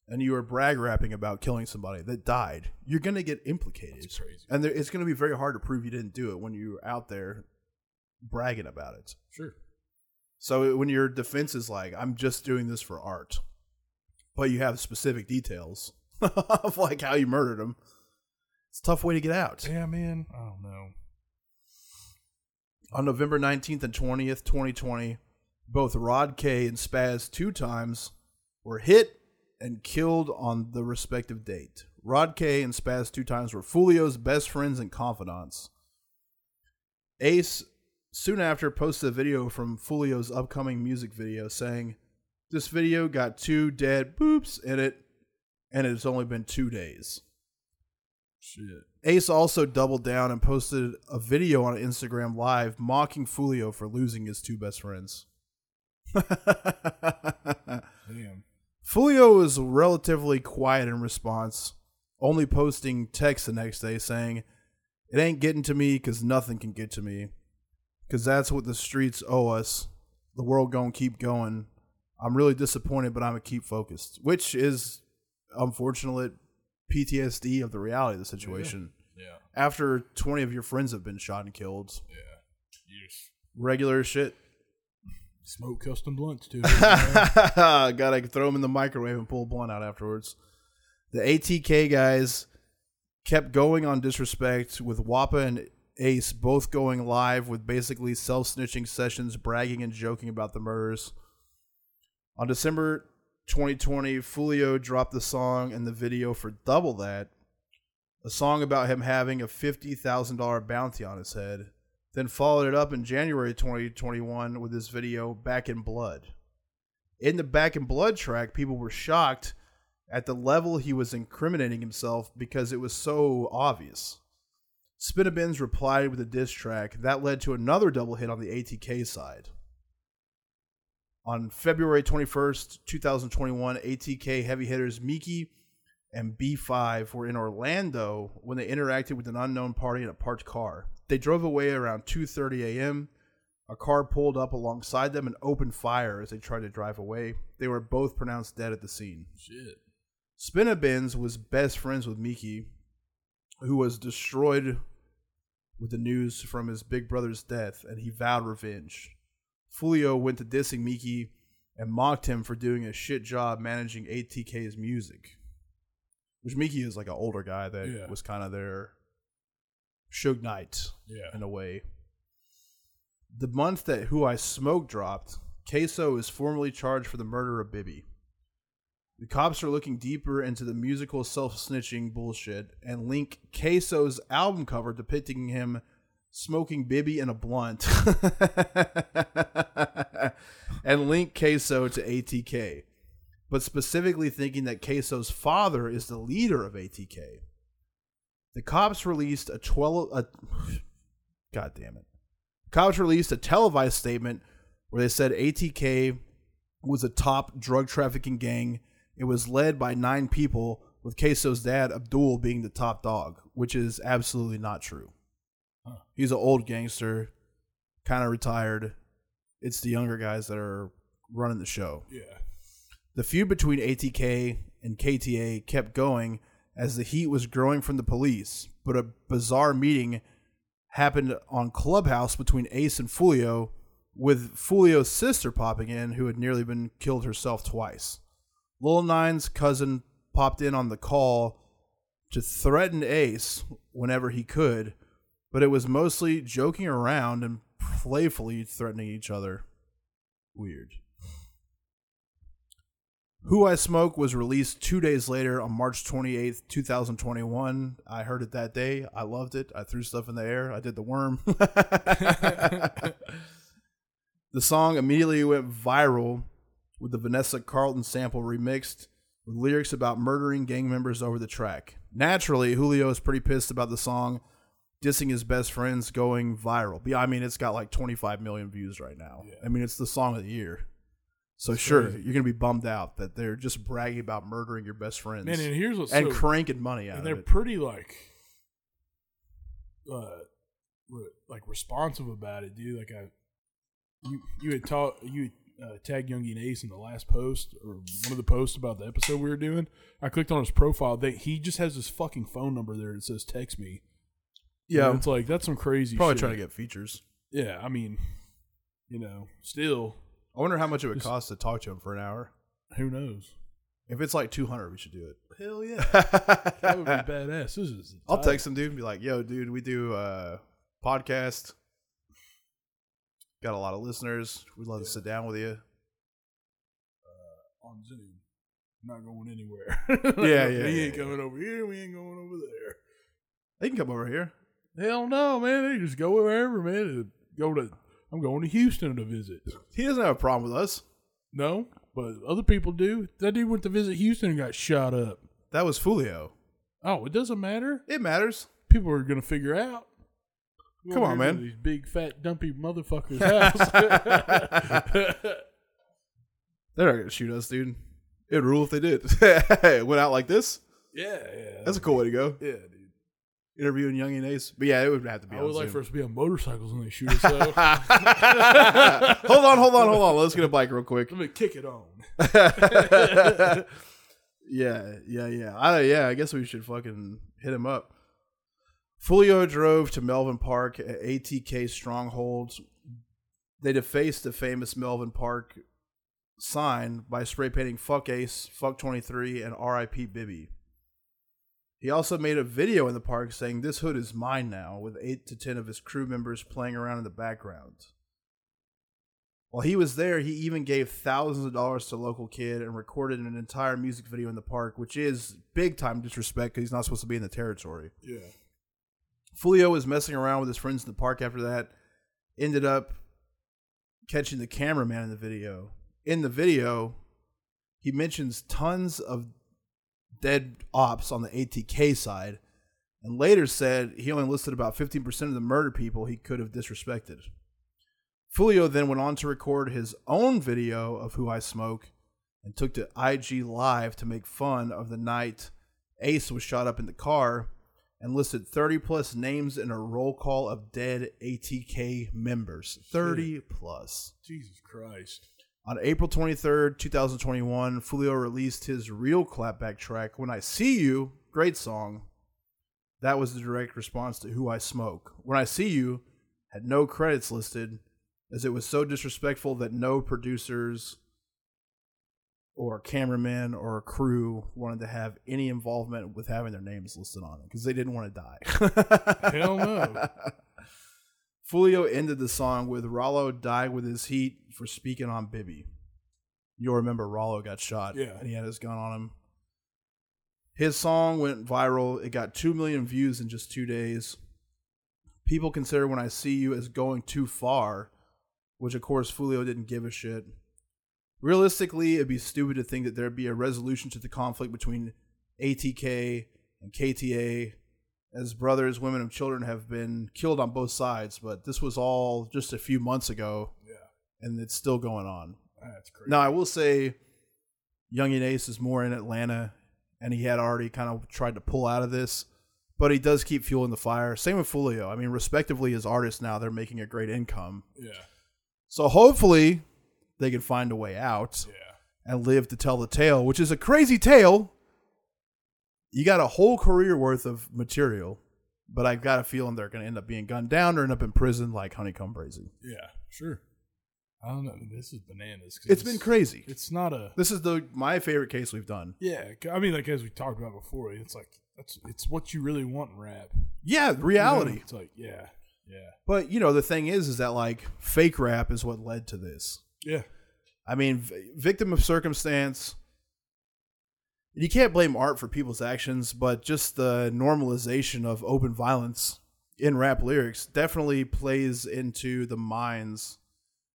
Speaker 1: and you were brag rapping about killing somebody that died, you're going to get implicated.
Speaker 2: It's crazy.
Speaker 1: And there, it's going to be very hard to prove you didn't do it when you're out there bragging about it.
Speaker 2: Sure.
Speaker 1: So when your defense is like, I'm just doing this for art, but you have specific details of like how you murdered him, it's a tough way to get out.
Speaker 2: Yeah, man. I don't know.
Speaker 1: On November 19th and 20th, 2020, both Rod K and Spaz two times were hit and killed on the respective date. Rod K and Spaz two times were Fulio's best friends and confidants. Ace soon after posted a video from Fulio's upcoming music video saying, This video got two dead boops in it, and it's only been two days.
Speaker 2: Shit.
Speaker 1: Ace also doubled down and posted a video on Instagram Live mocking Fulio for losing his two best friends.
Speaker 2: Damn.
Speaker 1: Fulio was relatively quiet in response, only posting text the next day saying, It ain't getting to me because nothing can get to me. Because that's what the streets owe us. The world gonna keep going. I'm really disappointed, but I'm gonna keep focused, which is unfortunate PTSD of the reality of the situation
Speaker 2: Yeah.
Speaker 1: after 20 of your friends have been shot and killed.
Speaker 2: Yeah. You just
Speaker 1: Regular shit.
Speaker 2: smoke custom blunts too.
Speaker 1: Gotta throw them in the microwave and pull a blunt out afterwards. The ATK guys kept going on disrespect with Wappa and Ace both going live with basically self snitching sessions, bragging and joking about the murders. On December 2020, Fulio dropped the song and the video for Double That, a song about him having a $50,000 bounty on his head, then followed it up in January 2021 with his video Back in Blood. In the Back in Blood track, people were shocked at the level he was incriminating himself because it was so obvious. Spinabins replied with a diss track that led to another double hit on the ATK side. On February 21st, 2021, ATK heavy hitters Miki and B5 were in Orlando when they interacted with an unknown party in a parked car. They drove away around 2:30 a.m. A car pulled up alongside them and opened fire as they tried to drive away. They were both pronounced dead at the scene.
Speaker 2: Shit.
Speaker 1: Spinabins was best friends with Miki, who was destroyed with the news from his big brother's death, and he vowed revenge. Fulio went to dissing Miki and mocked him for doing a shit job managing ATK's music. Which Miki is like an older guy that
Speaker 2: Yeah.
Speaker 1: was kind of their Suge Knight
Speaker 2: Yeah.
Speaker 1: in a way. The month that Who I Smoke dropped, Queso is formally charged for the murder of Bibby. The cops are looking deeper into the musical self snitching bullshit and link Queso's album cover depicting him smoking Bibby in a blunt and link Queso to ATK, but specifically thinking that Queso's father is the leader of ATK. The cops released a 12 a, God damn it. Cops released a televised statement where they said ATK was a top drug trafficking gang. It was led by nine people, with Queso's dad, Abdul, being the top dog, which is absolutely not true.
Speaker 2: Huh.
Speaker 1: He's an old gangster, kind of retired. It's the younger guys that are running the show.
Speaker 2: Yeah.
Speaker 1: The feud between ATK and KTA kept going as the heat was growing from the police, but a bizarre meeting happened on Clubhouse between Ace and Fulio, with Fulio's sister popping in, who had nearly been killed herself twice. Lil Nine's cousin popped in on the call to threaten Ace whenever he could, but it was mostly joking around and playfully threatening each other. Weird. Who I Smoke was released two days later on March 28th, 2021. I heard it that day. I loved it. I threw stuff in the air. I did the worm. the song immediately went viral with the Vanessa Carlton sample remixed with lyrics about murdering gang members over the track. Naturally, Julio is pretty pissed about the song dissing his best friends going viral. But, yeah, I mean, it's got like 25 million views right now.
Speaker 2: Yeah.
Speaker 1: I mean, it's the song of the year. So
Speaker 2: It's
Speaker 1: sure,
Speaker 2: crazy.
Speaker 1: you're gonna be bummed out that they're just bragging about murdering your best friends
Speaker 2: Man, and here's what's
Speaker 1: and
Speaker 2: so,
Speaker 1: cranking money out
Speaker 2: and
Speaker 1: of
Speaker 2: they're
Speaker 1: it.
Speaker 2: pretty like uh re- like responsive about it dude like i you you had taught you had, uh, tagged youngie and ace in the last post or one of the posts about the episode we were doing i clicked on his profile they he just has this fucking phone number there that says text me
Speaker 1: yeah,
Speaker 2: And it's like that's some crazy
Speaker 1: probably
Speaker 2: shit.
Speaker 1: trying to get features.
Speaker 2: yeah i mean you know still
Speaker 1: I wonder how much it would
Speaker 2: Just-
Speaker 1: cost to talk to him for an hour.
Speaker 2: who knows
Speaker 1: If it's like 200, we should do it.
Speaker 2: hell yeah that would be
Speaker 1: I'll
Speaker 2: badass this is
Speaker 1: text him, dude, and be like, "Yo, dude, we do uh podcast. Got a lot of listeners. We'd love to
Speaker 2: Yeah.
Speaker 1: sit down with you.
Speaker 2: on Zoom. Not going anywhere.
Speaker 1: Yeah, yeah,
Speaker 2: We
Speaker 1: yeah,
Speaker 2: ain't
Speaker 1: yeah.
Speaker 2: coming over here. We ain't going over there.
Speaker 1: They can come over here.
Speaker 2: Hell no, man. They just go wherever, man. Go to. I'm going to Houston to visit.
Speaker 1: He doesn't have a problem with us.
Speaker 2: No, but other people do. That dude went to visit Houston and got shot up.
Speaker 1: That was Fulio.
Speaker 2: Oh, it doesn't matter.
Speaker 1: It matters.
Speaker 2: People are gonna figure out. Go
Speaker 1: Come on,
Speaker 2: over to
Speaker 1: man.
Speaker 2: These big fat dumpy motherfuckers' house.
Speaker 1: They're not gonna shoot us, dude. It'd rule if they did. it went out like this.
Speaker 2: yeah, yeah.
Speaker 1: That's a cool way to go.
Speaker 2: yeah, dude.
Speaker 1: Interviewing Young and Ace. But yeah, it would have to be.
Speaker 2: I
Speaker 1: on
Speaker 2: would like for
Speaker 1: Zoom.
Speaker 2: us to be on motorcycles when they shoot us out.
Speaker 1: hold on, hold on, hold on. Let's get a bike real quick.
Speaker 2: Let me kick it on.
Speaker 1: yeah, yeah, yeah. I yeah, I guess we should fucking hit him up. Fulio drove to Melvin Park at ATK strongholds. They defaced the famous Melvin Park sign by spray painting fuck ace, fuck 23 and RIP Bibby. He also made a video in the park saying this hood is mine now with 8 to 10 of his crew members playing around in the background. While he was there, he even gave thousands of dollars to a local kid and recorded an entire music video in the park, which is big time disrespect because he's not supposed to be in the territory.
Speaker 2: Yeah.
Speaker 1: Fulio was messing around with his friends in the park after that, ended up catching the cameraman in the video. In the video, he mentions tons of dead ops on the ATK side, and later said he only listed about 15% of the murder people he could have disrespected. Fulio then went on to record his own video of Who I Smoke and took to IG Live to make fun of the night Ace was shot up in the car and listed 30 plus names in a roll call of dead ATK members. 30 plus.
Speaker 2: Jesus Christ.
Speaker 1: On April 23rd, 2021, Fulio released his real clapback track, When I See You, great song. That was the direct response to Who I Smoke. When I See You had no credits listed, as it was so disrespectful that no producers or cameraman or crew wanted to have any involvement with having their names listed on it because they didn't want to die.
Speaker 2: Hell no.
Speaker 1: Fulio ended the song with Rollo died with his heat for speaking on Bibby. You'll remember Rollo got shot.
Speaker 2: Yeah.
Speaker 1: And he had his gun on him. His song went viral. It got 2 million views in just two days. People consider When I See You as going too far, which of course Fulio didn't give a shit. Realistically, it'd be stupid to think that there'd be a resolution to the conflict between ATK and KTA, as brothers, women, and children have been killed on both sides. But this was all just a few months ago,
Speaker 2: Yeah.
Speaker 1: and it's still going on.
Speaker 2: That's crazy.
Speaker 1: Now, I will say, Young and Ace is more in Atlanta, and he had already kind of tried to pull out of this, but he does keep fueling the fire. Same with Fulio. I mean, respectively, as artists now, they're making a great income.
Speaker 2: Yeah.
Speaker 1: So hopefully, they can find a way out
Speaker 2: Yeah.
Speaker 1: and live to tell the tale, which is a crazy tale. You got a whole career worth of material, but I've got a feeling they're going to end up being gunned down or end up in prison like Honeycomb Brazy.
Speaker 2: Yeah. Sure. I don't know. This is bananas. 'cause
Speaker 1: It's been crazy.
Speaker 2: It's not a.
Speaker 1: This is the my favorite case we've done.
Speaker 2: Yeah. I mean, like as we talked about before, it's like that's it's what you really want in rap.
Speaker 1: Yeah,
Speaker 2: You know,
Speaker 1: reality.
Speaker 2: It's like yeah. Yeah.
Speaker 1: But you know, the thing is, is that like fake rap is what led to this.
Speaker 2: Yeah.
Speaker 1: I mean, v- victim of circumstance. You can't blame art for people's actions, but just the normalization of open violence in rap lyrics definitely plays into the minds.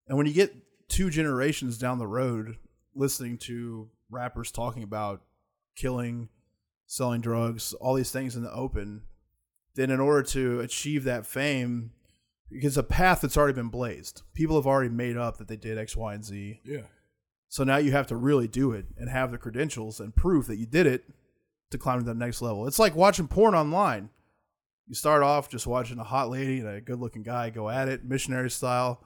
Speaker 1: And when you get two generations down the road listening to rappers talking about killing, selling drugs, all these things in the open, then in order to achieve that fame, because a path that's already been blazed, people have already made up that they did X, Y, and Z.
Speaker 2: Yeah.
Speaker 1: So now you have to really do it and have the credentials and prove that you did it to climb to the next level. It's like watching porn online. You start off just watching a hot lady and a good looking guy go at it, missionary style,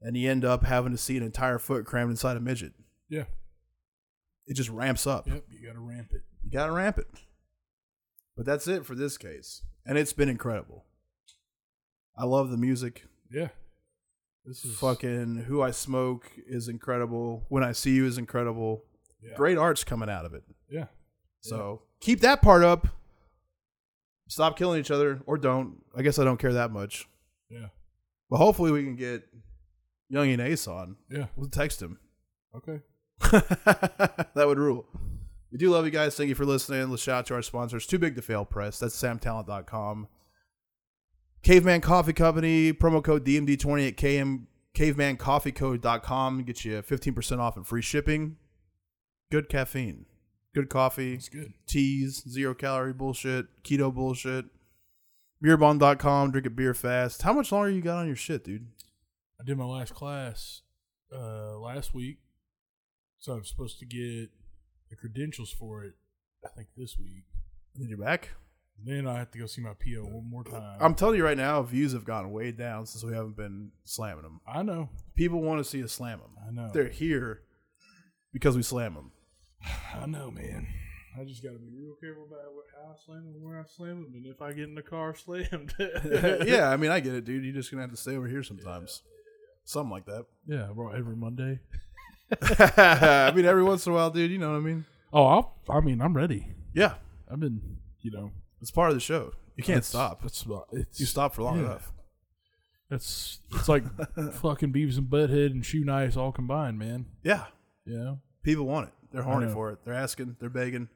Speaker 1: and you end up having to see an entire foot crammed inside a midget.
Speaker 2: Yeah.
Speaker 1: It just ramps up.
Speaker 2: Yep. You got to ramp it.
Speaker 1: You got to ramp it. But that's it for this case. And it's been incredible. I love the music.
Speaker 2: Yeah. This is
Speaker 1: Fucking Who I Smoke is incredible. When I See You is incredible.
Speaker 2: yeah.
Speaker 1: Great art's coming out of it.
Speaker 2: Yeah.
Speaker 1: So keep that part up. Stop killing each other, or don't. I guess I don't care that much.
Speaker 2: Yeah.
Speaker 1: But hopefully we can get Young and Ace on.
Speaker 2: Yeah.
Speaker 1: We'll text him.
Speaker 2: Okay.
Speaker 1: that would rule. We do love you guys. Thank you for listening. Let's shout out to our sponsors, Too Big to Fail Press. That's samtalent.com. Caveman Coffee Company, promo code DMD20 at KM, cavemancoffeecode.com. Get you 15% off and free shipping. Good caffeine. Good coffee
Speaker 2: It's good.
Speaker 1: teas, zero calorie bullshit, keto bullshit. Beerbond.com, drink a beer fast. How much longer you got on your shit, dude?
Speaker 2: I did my last class uh, last week, so I'm supposed to get the credentials for it. I think this week.
Speaker 1: Then you're back.
Speaker 2: Then I have to go see my PO one more time.
Speaker 1: Uh, I'm telling you right now, views have gone way down since we haven't been slamming them.
Speaker 2: I know.
Speaker 1: People want to see us slam them.
Speaker 2: I know.
Speaker 1: They're here because we slam them.
Speaker 2: I know, man. I just got to be real careful about what, how I slam them, where I slam them, and if I get in the car slammed.
Speaker 1: yeah, I mean, I get it, dude. You're just going to have to stay over here sometimes. Something like that.
Speaker 2: Yeah, bro. Every Monday.
Speaker 1: I mean, every once in a while, dude, you know what I mean?
Speaker 2: Oh, I'll, I mean, I'm ready.
Speaker 1: Yeah,
Speaker 2: I've been, you know,
Speaker 1: it's part of the show. You can't
Speaker 2: that's-
Speaker 1: stop.
Speaker 2: That's about- it's
Speaker 1: You stop for long
Speaker 2: yeah.
Speaker 1: enough.
Speaker 2: That's it's like fucking Beavis and Butthead and Shoe Nice all combined, man.
Speaker 1: Yeah.
Speaker 2: You know,
Speaker 1: People want it. They're horny
Speaker 2: know.
Speaker 1: for it. They're asking. They're begging.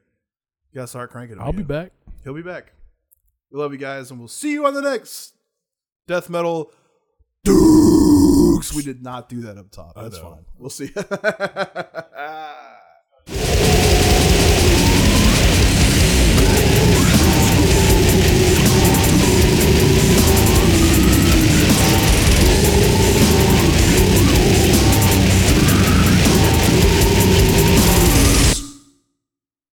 Speaker 1: You gotta start cranking. it
Speaker 2: I'll be
Speaker 1: again.
Speaker 2: back.
Speaker 1: He'll be back. We love you guys, and we'll see you on the next death metal. Dukes. We did not do that up top.
Speaker 2: I
Speaker 1: That's
Speaker 2: know.
Speaker 1: fine. We'll see.